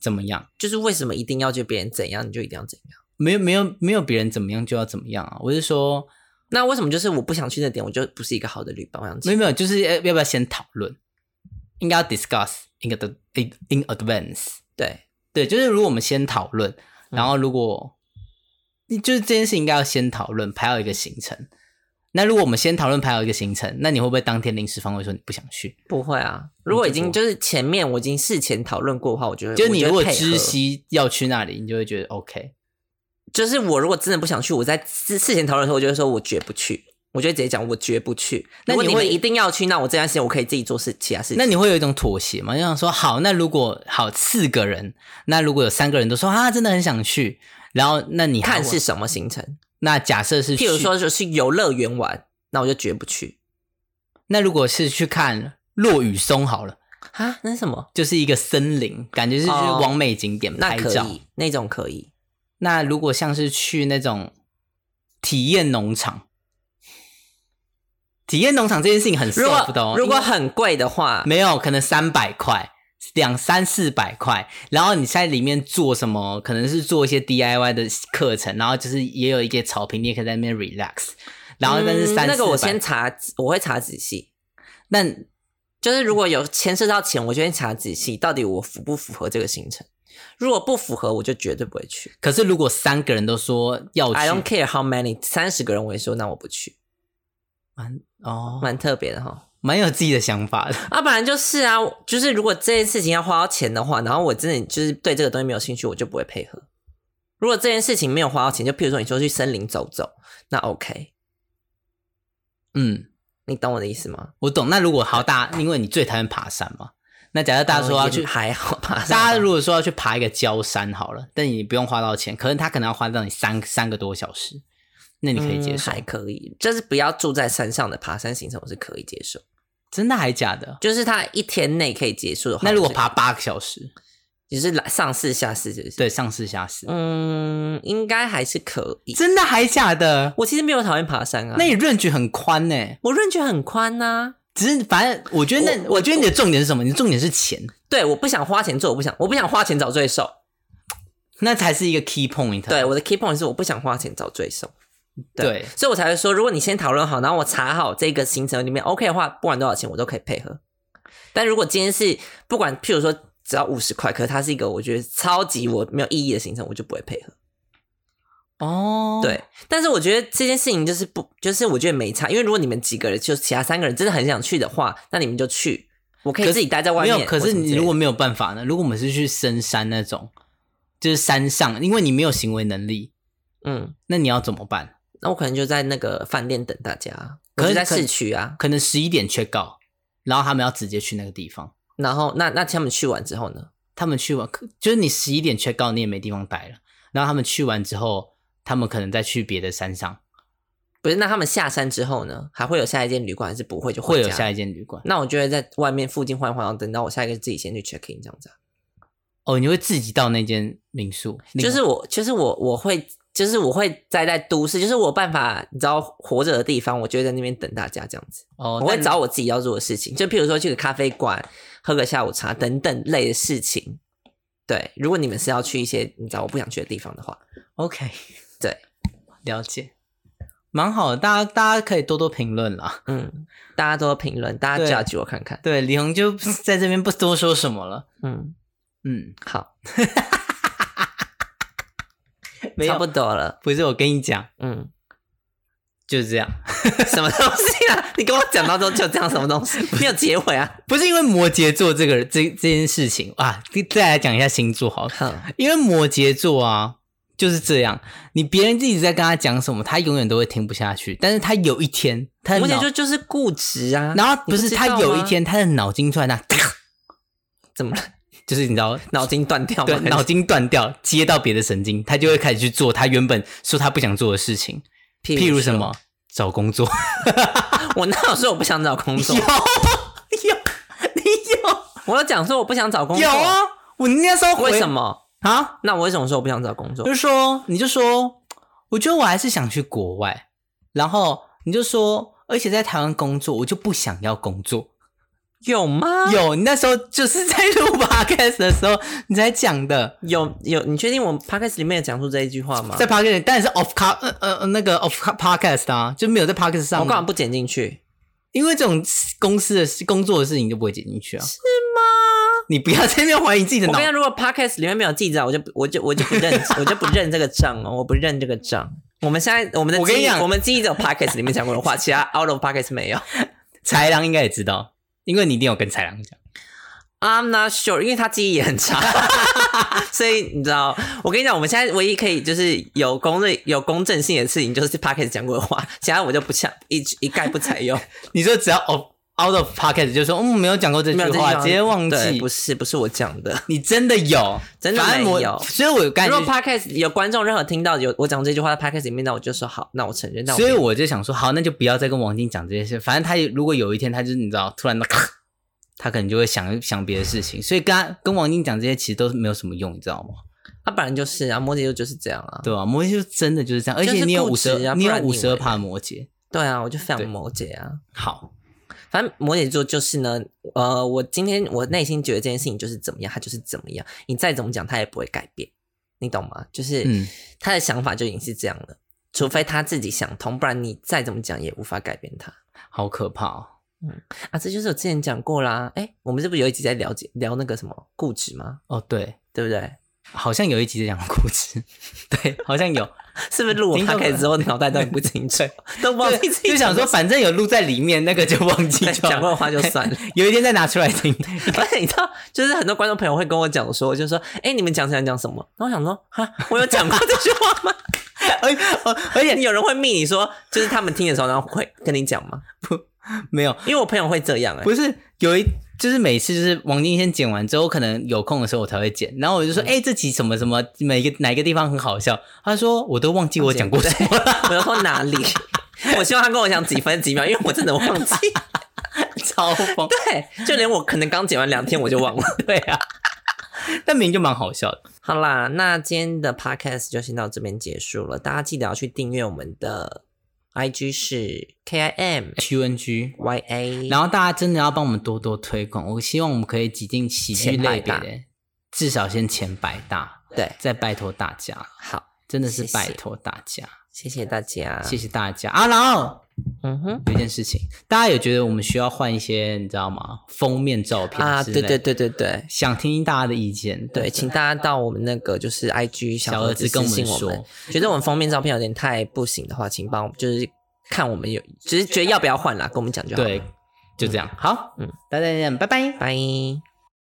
[SPEAKER 1] 怎么样？
[SPEAKER 2] 就是为什么一定要就别人怎样你就一定要怎样？
[SPEAKER 1] 没有没有没有别人怎么样就要怎么样啊！我是说，
[SPEAKER 2] 那为什么就是我不想去那点，我就不是一个好的旅伴？我想
[SPEAKER 1] 没
[SPEAKER 2] 去
[SPEAKER 1] 有没有，就是要要不要先讨论？应该要 discuss in ad in in advance。
[SPEAKER 2] 对，
[SPEAKER 1] 对，就是如果我们先讨论，然
[SPEAKER 2] 嗯
[SPEAKER 1] 后如果、你就是这件事应该要先讨论，排好一个行程。那如果我们先讨论排好一个行程，那你会不会当天临时方位说你不想去？
[SPEAKER 2] 不会啊。如果已经就是前面我已经事前讨论过的话，我觉得
[SPEAKER 1] 就是你如
[SPEAKER 2] 我就
[SPEAKER 1] 果
[SPEAKER 2] 会配合
[SPEAKER 1] 知悉要去那里，你就会觉得 OK。
[SPEAKER 2] 就是我如果真的不想去，我在事事前讨论的时候，我就会说我绝不去，我就会直接讲我绝不去。
[SPEAKER 1] 那
[SPEAKER 2] 如果
[SPEAKER 1] 你
[SPEAKER 2] 你
[SPEAKER 1] 会
[SPEAKER 2] 们一定要去，那我这段时间我可以自己做事其他事情。
[SPEAKER 1] 那你会有一种妥协吗？就想说好，那如果好四个人，那如果有三个人都说啊真的很想去，然后那你还
[SPEAKER 2] 看
[SPEAKER 1] 会
[SPEAKER 2] 是什么行程，
[SPEAKER 1] 那假设嗯是
[SPEAKER 2] 譬如
[SPEAKER 1] 去，
[SPEAKER 2] 说就是游乐园玩，那我就绝不去
[SPEAKER 1] 那如果是去看落雨松好了，
[SPEAKER 2] 啊。那是什么？
[SPEAKER 1] 就是一个森林，感觉是就是
[SPEAKER 2] 哦
[SPEAKER 1] 完美景点
[SPEAKER 2] 那
[SPEAKER 1] 拍
[SPEAKER 2] 可
[SPEAKER 1] 照。
[SPEAKER 2] 以，那种可以。
[SPEAKER 1] 那如果像是去那种体验农场，体验农场这件事情很受
[SPEAKER 2] 如
[SPEAKER 1] 不到
[SPEAKER 2] 果
[SPEAKER 1] 哦，
[SPEAKER 2] 如果
[SPEAKER 1] 因为嗯
[SPEAKER 2] 很贵的话，
[SPEAKER 1] 没有可能三百块。两三四百块，然后你在里面做什么？可能是做一些 DIY 的课程，然后就是也有一个草坪，你也可以在那边 relax。然后但是
[SPEAKER 2] 嗯
[SPEAKER 1] 三、
[SPEAKER 2] 那个我
[SPEAKER 1] 400
[SPEAKER 2] 先，查，我会查仔细。
[SPEAKER 1] 那
[SPEAKER 2] 就是如果有牵涉到钱，我就会查仔细，到底我符不符合这个行程。如果不符合，我就绝对不会去。
[SPEAKER 1] 可是如果三个人都说要去，
[SPEAKER 2] I don't care how many，三十个人我也说那我不去，
[SPEAKER 1] 蛮哦，蛮
[SPEAKER 2] 蛮特别的哈。
[SPEAKER 1] 蛮有自己的想法的。
[SPEAKER 2] 啊，本来就是啊，就是如果这件事情要花到钱的话，然后我真的就是对这个东西没有兴趣，我就不会配合。如果这件事情没有花到钱，就譬如说你说去森林走走，那 OK，
[SPEAKER 1] 嗯，
[SPEAKER 2] 你懂我的意思吗？
[SPEAKER 1] 我懂。那如果好大，因为你最讨厌爬山嘛，那假设大家说要
[SPEAKER 2] 哦
[SPEAKER 1] 去，
[SPEAKER 2] 也还好吧？
[SPEAKER 1] 大家如果说要去爬一个焦山好了，但你不用花到钱，可能他可能要花到你三三个多小时，那你可以接
[SPEAKER 2] 嗯
[SPEAKER 1] 受？
[SPEAKER 2] 还可以，就是不要住在山上的爬山行程，我是可以接受。
[SPEAKER 1] 真的还假的？
[SPEAKER 2] 就是它一天内可以结束的话，
[SPEAKER 1] 那如果
[SPEAKER 2] 我是
[SPEAKER 1] 爬八个小时，
[SPEAKER 2] 只是来上四下四，就是，
[SPEAKER 1] 对，上四下四，
[SPEAKER 2] 嗯，应该还是可以。
[SPEAKER 1] 真的还假的？
[SPEAKER 2] 我其实没有讨厌爬山啊，
[SPEAKER 1] 那你润局很宽呢、
[SPEAKER 2] 我认觉很宽啊呐、
[SPEAKER 1] 只是反正我觉得那，我
[SPEAKER 2] 我
[SPEAKER 1] 觉得你的重点是什么？你的重点是钱，
[SPEAKER 2] 对，我不想花钱做，我不想，我不想花钱找罪受。
[SPEAKER 1] 那才是一个 key point。
[SPEAKER 2] 对，我的 key point 是我不想花钱找罪受，
[SPEAKER 1] 对，
[SPEAKER 2] 所以我才会说，如果你先讨论好，然后我查好这个行程里面 OK 的话，不管多少钱我都可以配合。但如果今天是不管，譬如说只要五十块，可是它是一个我觉得超级我没有意义的行程，我就不会配合。
[SPEAKER 1] 哦，
[SPEAKER 2] 对，但是我觉得这件事情就是不，就是我觉得没差，因为如果你们几个人，就是其他三个人真的很想去的话，那你们就去，我可以自己待在外
[SPEAKER 1] 没
[SPEAKER 2] 面。
[SPEAKER 1] 有，可
[SPEAKER 2] 或
[SPEAKER 1] 是
[SPEAKER 2] 什么之
[SPEAKER 1] 你
[SPEAKER 2] 类
[SPEAKER 1] 如果
[SPEAKER 2] 的
[SPEAKER 1] 没有办法呢？如果我们是去深山那种，就是山上，因为你没有行为能力，
[SPEAKER 2] 嗯，
[SPEAKER 1] 那你要怎么办？
[SPEAKER 2] 那我可能就在那个饭店等大家，我
[SPEAKER 1] 可
[SPEAKER 2] 就是在
[SPEAKER 1] 可
[SPEAKER 2] 市区啊。
[SPEAKER 1] 可能十一点 check out，然后他们要直接去那个地方。
[SPEAKER 2] 然后那那他们去完之后呢？
[SPEAKER 1] 他们去完，可就是你十一点 check out，你也没地方待了。然后他们去完之后，他们可能再去别的山上，
[SPEAKER 2] 不是，那他们下山之后呢？还会有下一间旅馆，还是不会就
[SPEAKER 1] 会有
[SPEAKER 2] 一？
[SPEAKER 1] 下一间旅馆。
[SPEAKER 2] 那我就会在外面附近晃晃，然后等到我下一个自己先去 check in 这样子啊。
[SPEAKER 1] 哦，你会自己到那间民宿，
[SPEAKER 2] 就是我，就是我，我会，就是我会待在都市，就是我有办法，你知道活着的地方，我就会在那边等大家这样子。
[SPEAKER 1] 哦，
[SPEAKER 2] 我会
[SPEAKER 1] 但
[SPEAKER 2] 找我自己要做的事情，就譬如说去个咖啡馆、喝个下午茶等等类的事情。对，如果你们是要去一些你知道我不想去的地方的话，
[SPEAKER 1] OK，
[SPEAKER 2] 对，
[SPEAKER 1] 了解，蛮好的，大家大家可以多多评论啦。
[SPEAKER 2] 嗯，大家多评论，大
[SPEAKER 1] 对
[SPEAKER 2] 家 judge 我看看。
[SPEAKER 1] 对，李红就在这边不多说什么了。
[SPEAKER 2] 嗯，
[SPEAKER 1] 嗯，
[SPEAKER 2] 好，
[SPEAKER 1] 没
[SPEAKER 2] 差
[SPEAKER 1] 有
[SPEAKER 2] 不，多了。
[SPEAKER 1] 不是我跟你讲，
[SPEAKER 2] 嗯，
[SPEAKER 1] 就是这样。
[SPEAKER 2] 什么东西 啊？你跟我讲到之后就这样，什么东 西？没有结尾啊？
[SPEAKER 1] 不是因为摩羯座这个这这件事情啊，再来讲一下星座好了，
[SPEAKER 2] 哼，
[SPEAKER 1] 因为摩羯座啊，就是这样。你别人一直在跟他讲什么，他永远都会听不下去。但是他有一天，他的
[SPEAKER 2] 而且
[SPEAKER 1] 脑
[SPEAKER 2] 就，就是固执啊。
[SPEAKER 1] 然后不是
[SPEAKER 2] 你知
[SPEAKER 1] 他
[SPEAKER 2] 道
[SPEAKER 1] 有一
[SPEAKER 2] 吗
[SPEAKER 1] 天，他的脑筋突然那，
[SPEAKER 2] 怎么了
[SPEAKER 1] 就是你知道，
[SPEAKER 2] 脑筋断掉
[SPEAKER 1] 对
[SPEAKER 2] 吗？，
[SPEAKER 1] 脑筋断掉，接到别的神经，他就会开始去做他原本说他不想做的事情，譬如什
[SPEAKER 2] 说？
[SPEAKER 1] 么找工 作。
[SPEAKER 2] 我那有说啊我不想找工作
[SPEAKER 1] 有，有，你
[SPEAKER 2] 我有讲说我不想找工
[SPEAKER 1] 有
[SPEAKER 2] 作。
[SPEAKER 1] 有啊！我那时候回
[SPEAKER 2] 为什么？
[SPEAKER 1] 啊？
[SPEAKER 2] 那我为什么说我不想找工作
[SPEAKER 1] 就？是说，你就说，我觉得我还是想去国外，然后你就说，而且在台湾工作，我就不想要工作。
[SPEAKER 2] 有吗？
[SPEAKER 1] 有，你那时候就是在录 podcast 的时候你才讲的，
[SPEAKER 2] 有有，你确定我 podcast 里面有讲出这一句话吗？
[SPEAKER 1] 在 podcast 当然是 off car 呃呃呃那个 off car- podcast 啊，就没有在 podcast
[SPEAKER 2] 我
[SPEAKER 1] 上
[SPEAKER 2] 干嘛
[SPEAKER 1] 面，
[SPEAKER 2] 不剪进去？
[SPEAKER 1] 因为这种公司的事工作的事情你就不会剪进去啊？是吗？你不要在那边怀疑自己的
[SPEAKER 2] 我
[SPEAKER 1] 脑
[SPEAKER 2] 跟你，讲，如果 podcast 里面没有记载，我就不我就我就不认， 我就不认这个账哦，我不认这个账。我们现在我们的
[SPEAKER 1] 我跟你
[SPEAKER 2] 记忆
[SPEAKER 1] 讲
[SPEAKER 2] 我们记忆只有 podcast 里面讲过的话，其他 out of podcast 没有。
[SPEAKER 1] 豺狼应该也知道，因为你一定有跟豺狼讲。
[SPEAKER 2] I'm not sure，因为他记忆也很差， 所以你知道，我跟你讲，我们现在唯一可以就是有公认有公正性的事情，就是 podcast 讲过的话，其他我就不想一一概不采用。
[SPEAKER 1] 你说只要 off out of podcast 就说嗯没有讲 过这句
[SPEAKER 2] 没有这句
[SPEAKER 1] 话，
[SPEAKER 2] 话
[SPEAKER 1] 直接忘
[SPEAKER 2] 对，
[SPEAKER 1] 记
[SPEAKER 2] 不。是不是我讲的。
[SPEAKER 1] 你真的有，
[SPEAKER 2] 真的
[SPEAKER 1] 反正我
[SPEAKER 2] 没有
[SPEAKER 1] 所以我感
[SPEAKER 2] 如
[SPEAKER 1] 觉
[SPEAKER 2] 果 podcast 有观众任何听到有我讲这句话在 podcast 里面，那我就说好，那我承认。那我
[SPEAKER 1] 所以我就想说，好，那就不要再跟王晶讲这些事。反正他如果有一天，他就是你知道，突然的，他可能就会想想别的事情。所以跟他跟王晶讲这些，其实都是没有什么用，你知道吗？
[SPEAKER 2] 他本来就是啊，摩羯就就是这样啊。
[SPEAKER 1] 对吧、摩羯就真的就是这样，而
[SPEAKER 2] 就是
[SPEAKER 1] 且你有
[SPEAKER 2] 固
[SPEAKER 1] 五
[SPEAKER 2] 执
[SPEAKER 1] 十、
[SPEAKER 2] 啊
[SPEAKER 1] 你
[SPEAKER 2] 不
[SPEAKER 1] 有
[SPEAKER 2] 然你以
[SPEAKER 1] 五
[SPEAKER 2] 为
[SPEAKER 1] 十二帕摩羯。
[SPEAKER 2] 对啊，我就非
[SPEAKER 1] 对
[SPEAKER 2] 常摩羯啊。
[SPEAKER 1] 好，
[SPEAKER 2] 反正摩羯座就是呢，呃，我今天我内心觉得这件事情就是怎么样，他就是怎么样，你再怎么讲他也不会改变，你懂吗？就是
[SPEAKER 1] 嗯
[SPEAKER 2] 他的想法就已经是这样了，除非他自己想通，不然你再怎么讲也无法改变他
[SPEAKER 1] 好可怕哦！
[SPEAKER 2] 啊。这就是我之前讲过啦，哎，我们是不是有一集在了解聊那个什么固执吗？
[SPEAKER 1] 哦，对，
[SPEAKER 2] 对不对？
[SPEAKER 1] 好像有一集在讲固执， 对，好像 有。
[SPEAKER 2] 是不是录我
[SPEAKER 1] 听
[SPEAKER 2] p
[SPEAKER 1] 到
[SPEAKER 2] o d 之后脑袋都很不清 楚，都忘记自己
[SPEAKER 1] 就想说，反正有录在里面，那个就忘记
[SPEAKER 2] 对
[SPEAKER 1] 就好
[SPEAKER 2] 讲过的话就算了。
[SPEAKER 1] 有一天再拿出来听。
[SPEAKER 2] 而且你知道，就是很多观众朋友会跟我讲说，就说：“哎、你们讲讲讲什么？”然后我想说：“哈，我有讲过这句话吗？”
[SPEAKER 1] 而而且
[SPEAKER 2] 有人会密你说，就是他们听的时候，然后会跟你讲吗？
[SPEAKER 1] 没有，
[SPEAKER 2] 因为我朋友会这样、哎，
[SPEAKER 1] 不是有一，就是每次就是王晶先剪完之后，可能有空的时候我才会剪，然后我就说，
[SPEAKER 2] 嗯
[SPEAKER 1] 哎、这集什么什么，每个哪一个地方很好笑，他说我都忘记我讲过什么 了，
[SPEAKER 2] 我就说哪里？我希望他跟我讲几分几秒，因为我真的忘记。
[SPEAKER 1] 超疯，
[SPEAKER 2] 对，就连我可能刚剪完两天，我就忘了。
[SPEAKER 1] 对啊，但明明就蛮好笑的，
[SPEAKER 2] 好啦，那今天的 podcast 就先到这边结束了。大家记得要去订阅我们的 IG 是 K I M
[SPEAKER 1] H U N G。
[SPEAKER 2] Y A，
[SPEAKER 1] 然后大家真的要帮我们多多推广，我希望我们可以挤进喜剧类别
[SPEAKER 2] 前百
[SPEAKER 1] 的，至少先前百大，
[SPEAKER 2] 对，
[SPEAKER 1] 再拜托大家，
[SPEAKER 2] 好，
[SPEAKER 1] 真的是
[SPEAKER 2] 谢谢
[SPEAKER 1] 拜托大家，
[SPEAKER 2] 谢谢大家，
[SPEAKER 1] 谢谢大家啊！然后
[SPEAKER 2] 嗯哼，
[SPEAKER 1] 有一件事情，大家有觉得我们需要换一些，你知道吗？封面照片
[SPEAKER 2] 啊，
[SPEAKER 1] 之
[SPEAKER 2] 对
[SPEAKER 1] 类
[SPEAKER 2] 对，对对对
[SPEAKER 1] 想听大家的意见。
[SPEAKER 2] 对，请大家到我们那个就是 IG
[SPEAKER 1] 小
[SPEAKER 2] 小
[SPEAKER 1] 儿
[SPEAKER 2] 盒
[SPEAKER 1] 子
[SPEAKER 2] 子
[SPEAKER 1] 跟我
[SPEAKER 2] 私
[SPEAKER 1] 们
[SPEAKER 2] 信我们
[SPEAKER 1] 说，
[SPEAKER 2] 觉得我们封面照片有点太不行的话，请帮我们就是看我们有，只是觉得要不要换啦，跟我们讲就好。嗯
[SPEAKER 1] 对，就这样。好，嗯，大家再见，拜拜。
[SPEAKER 2] 拜。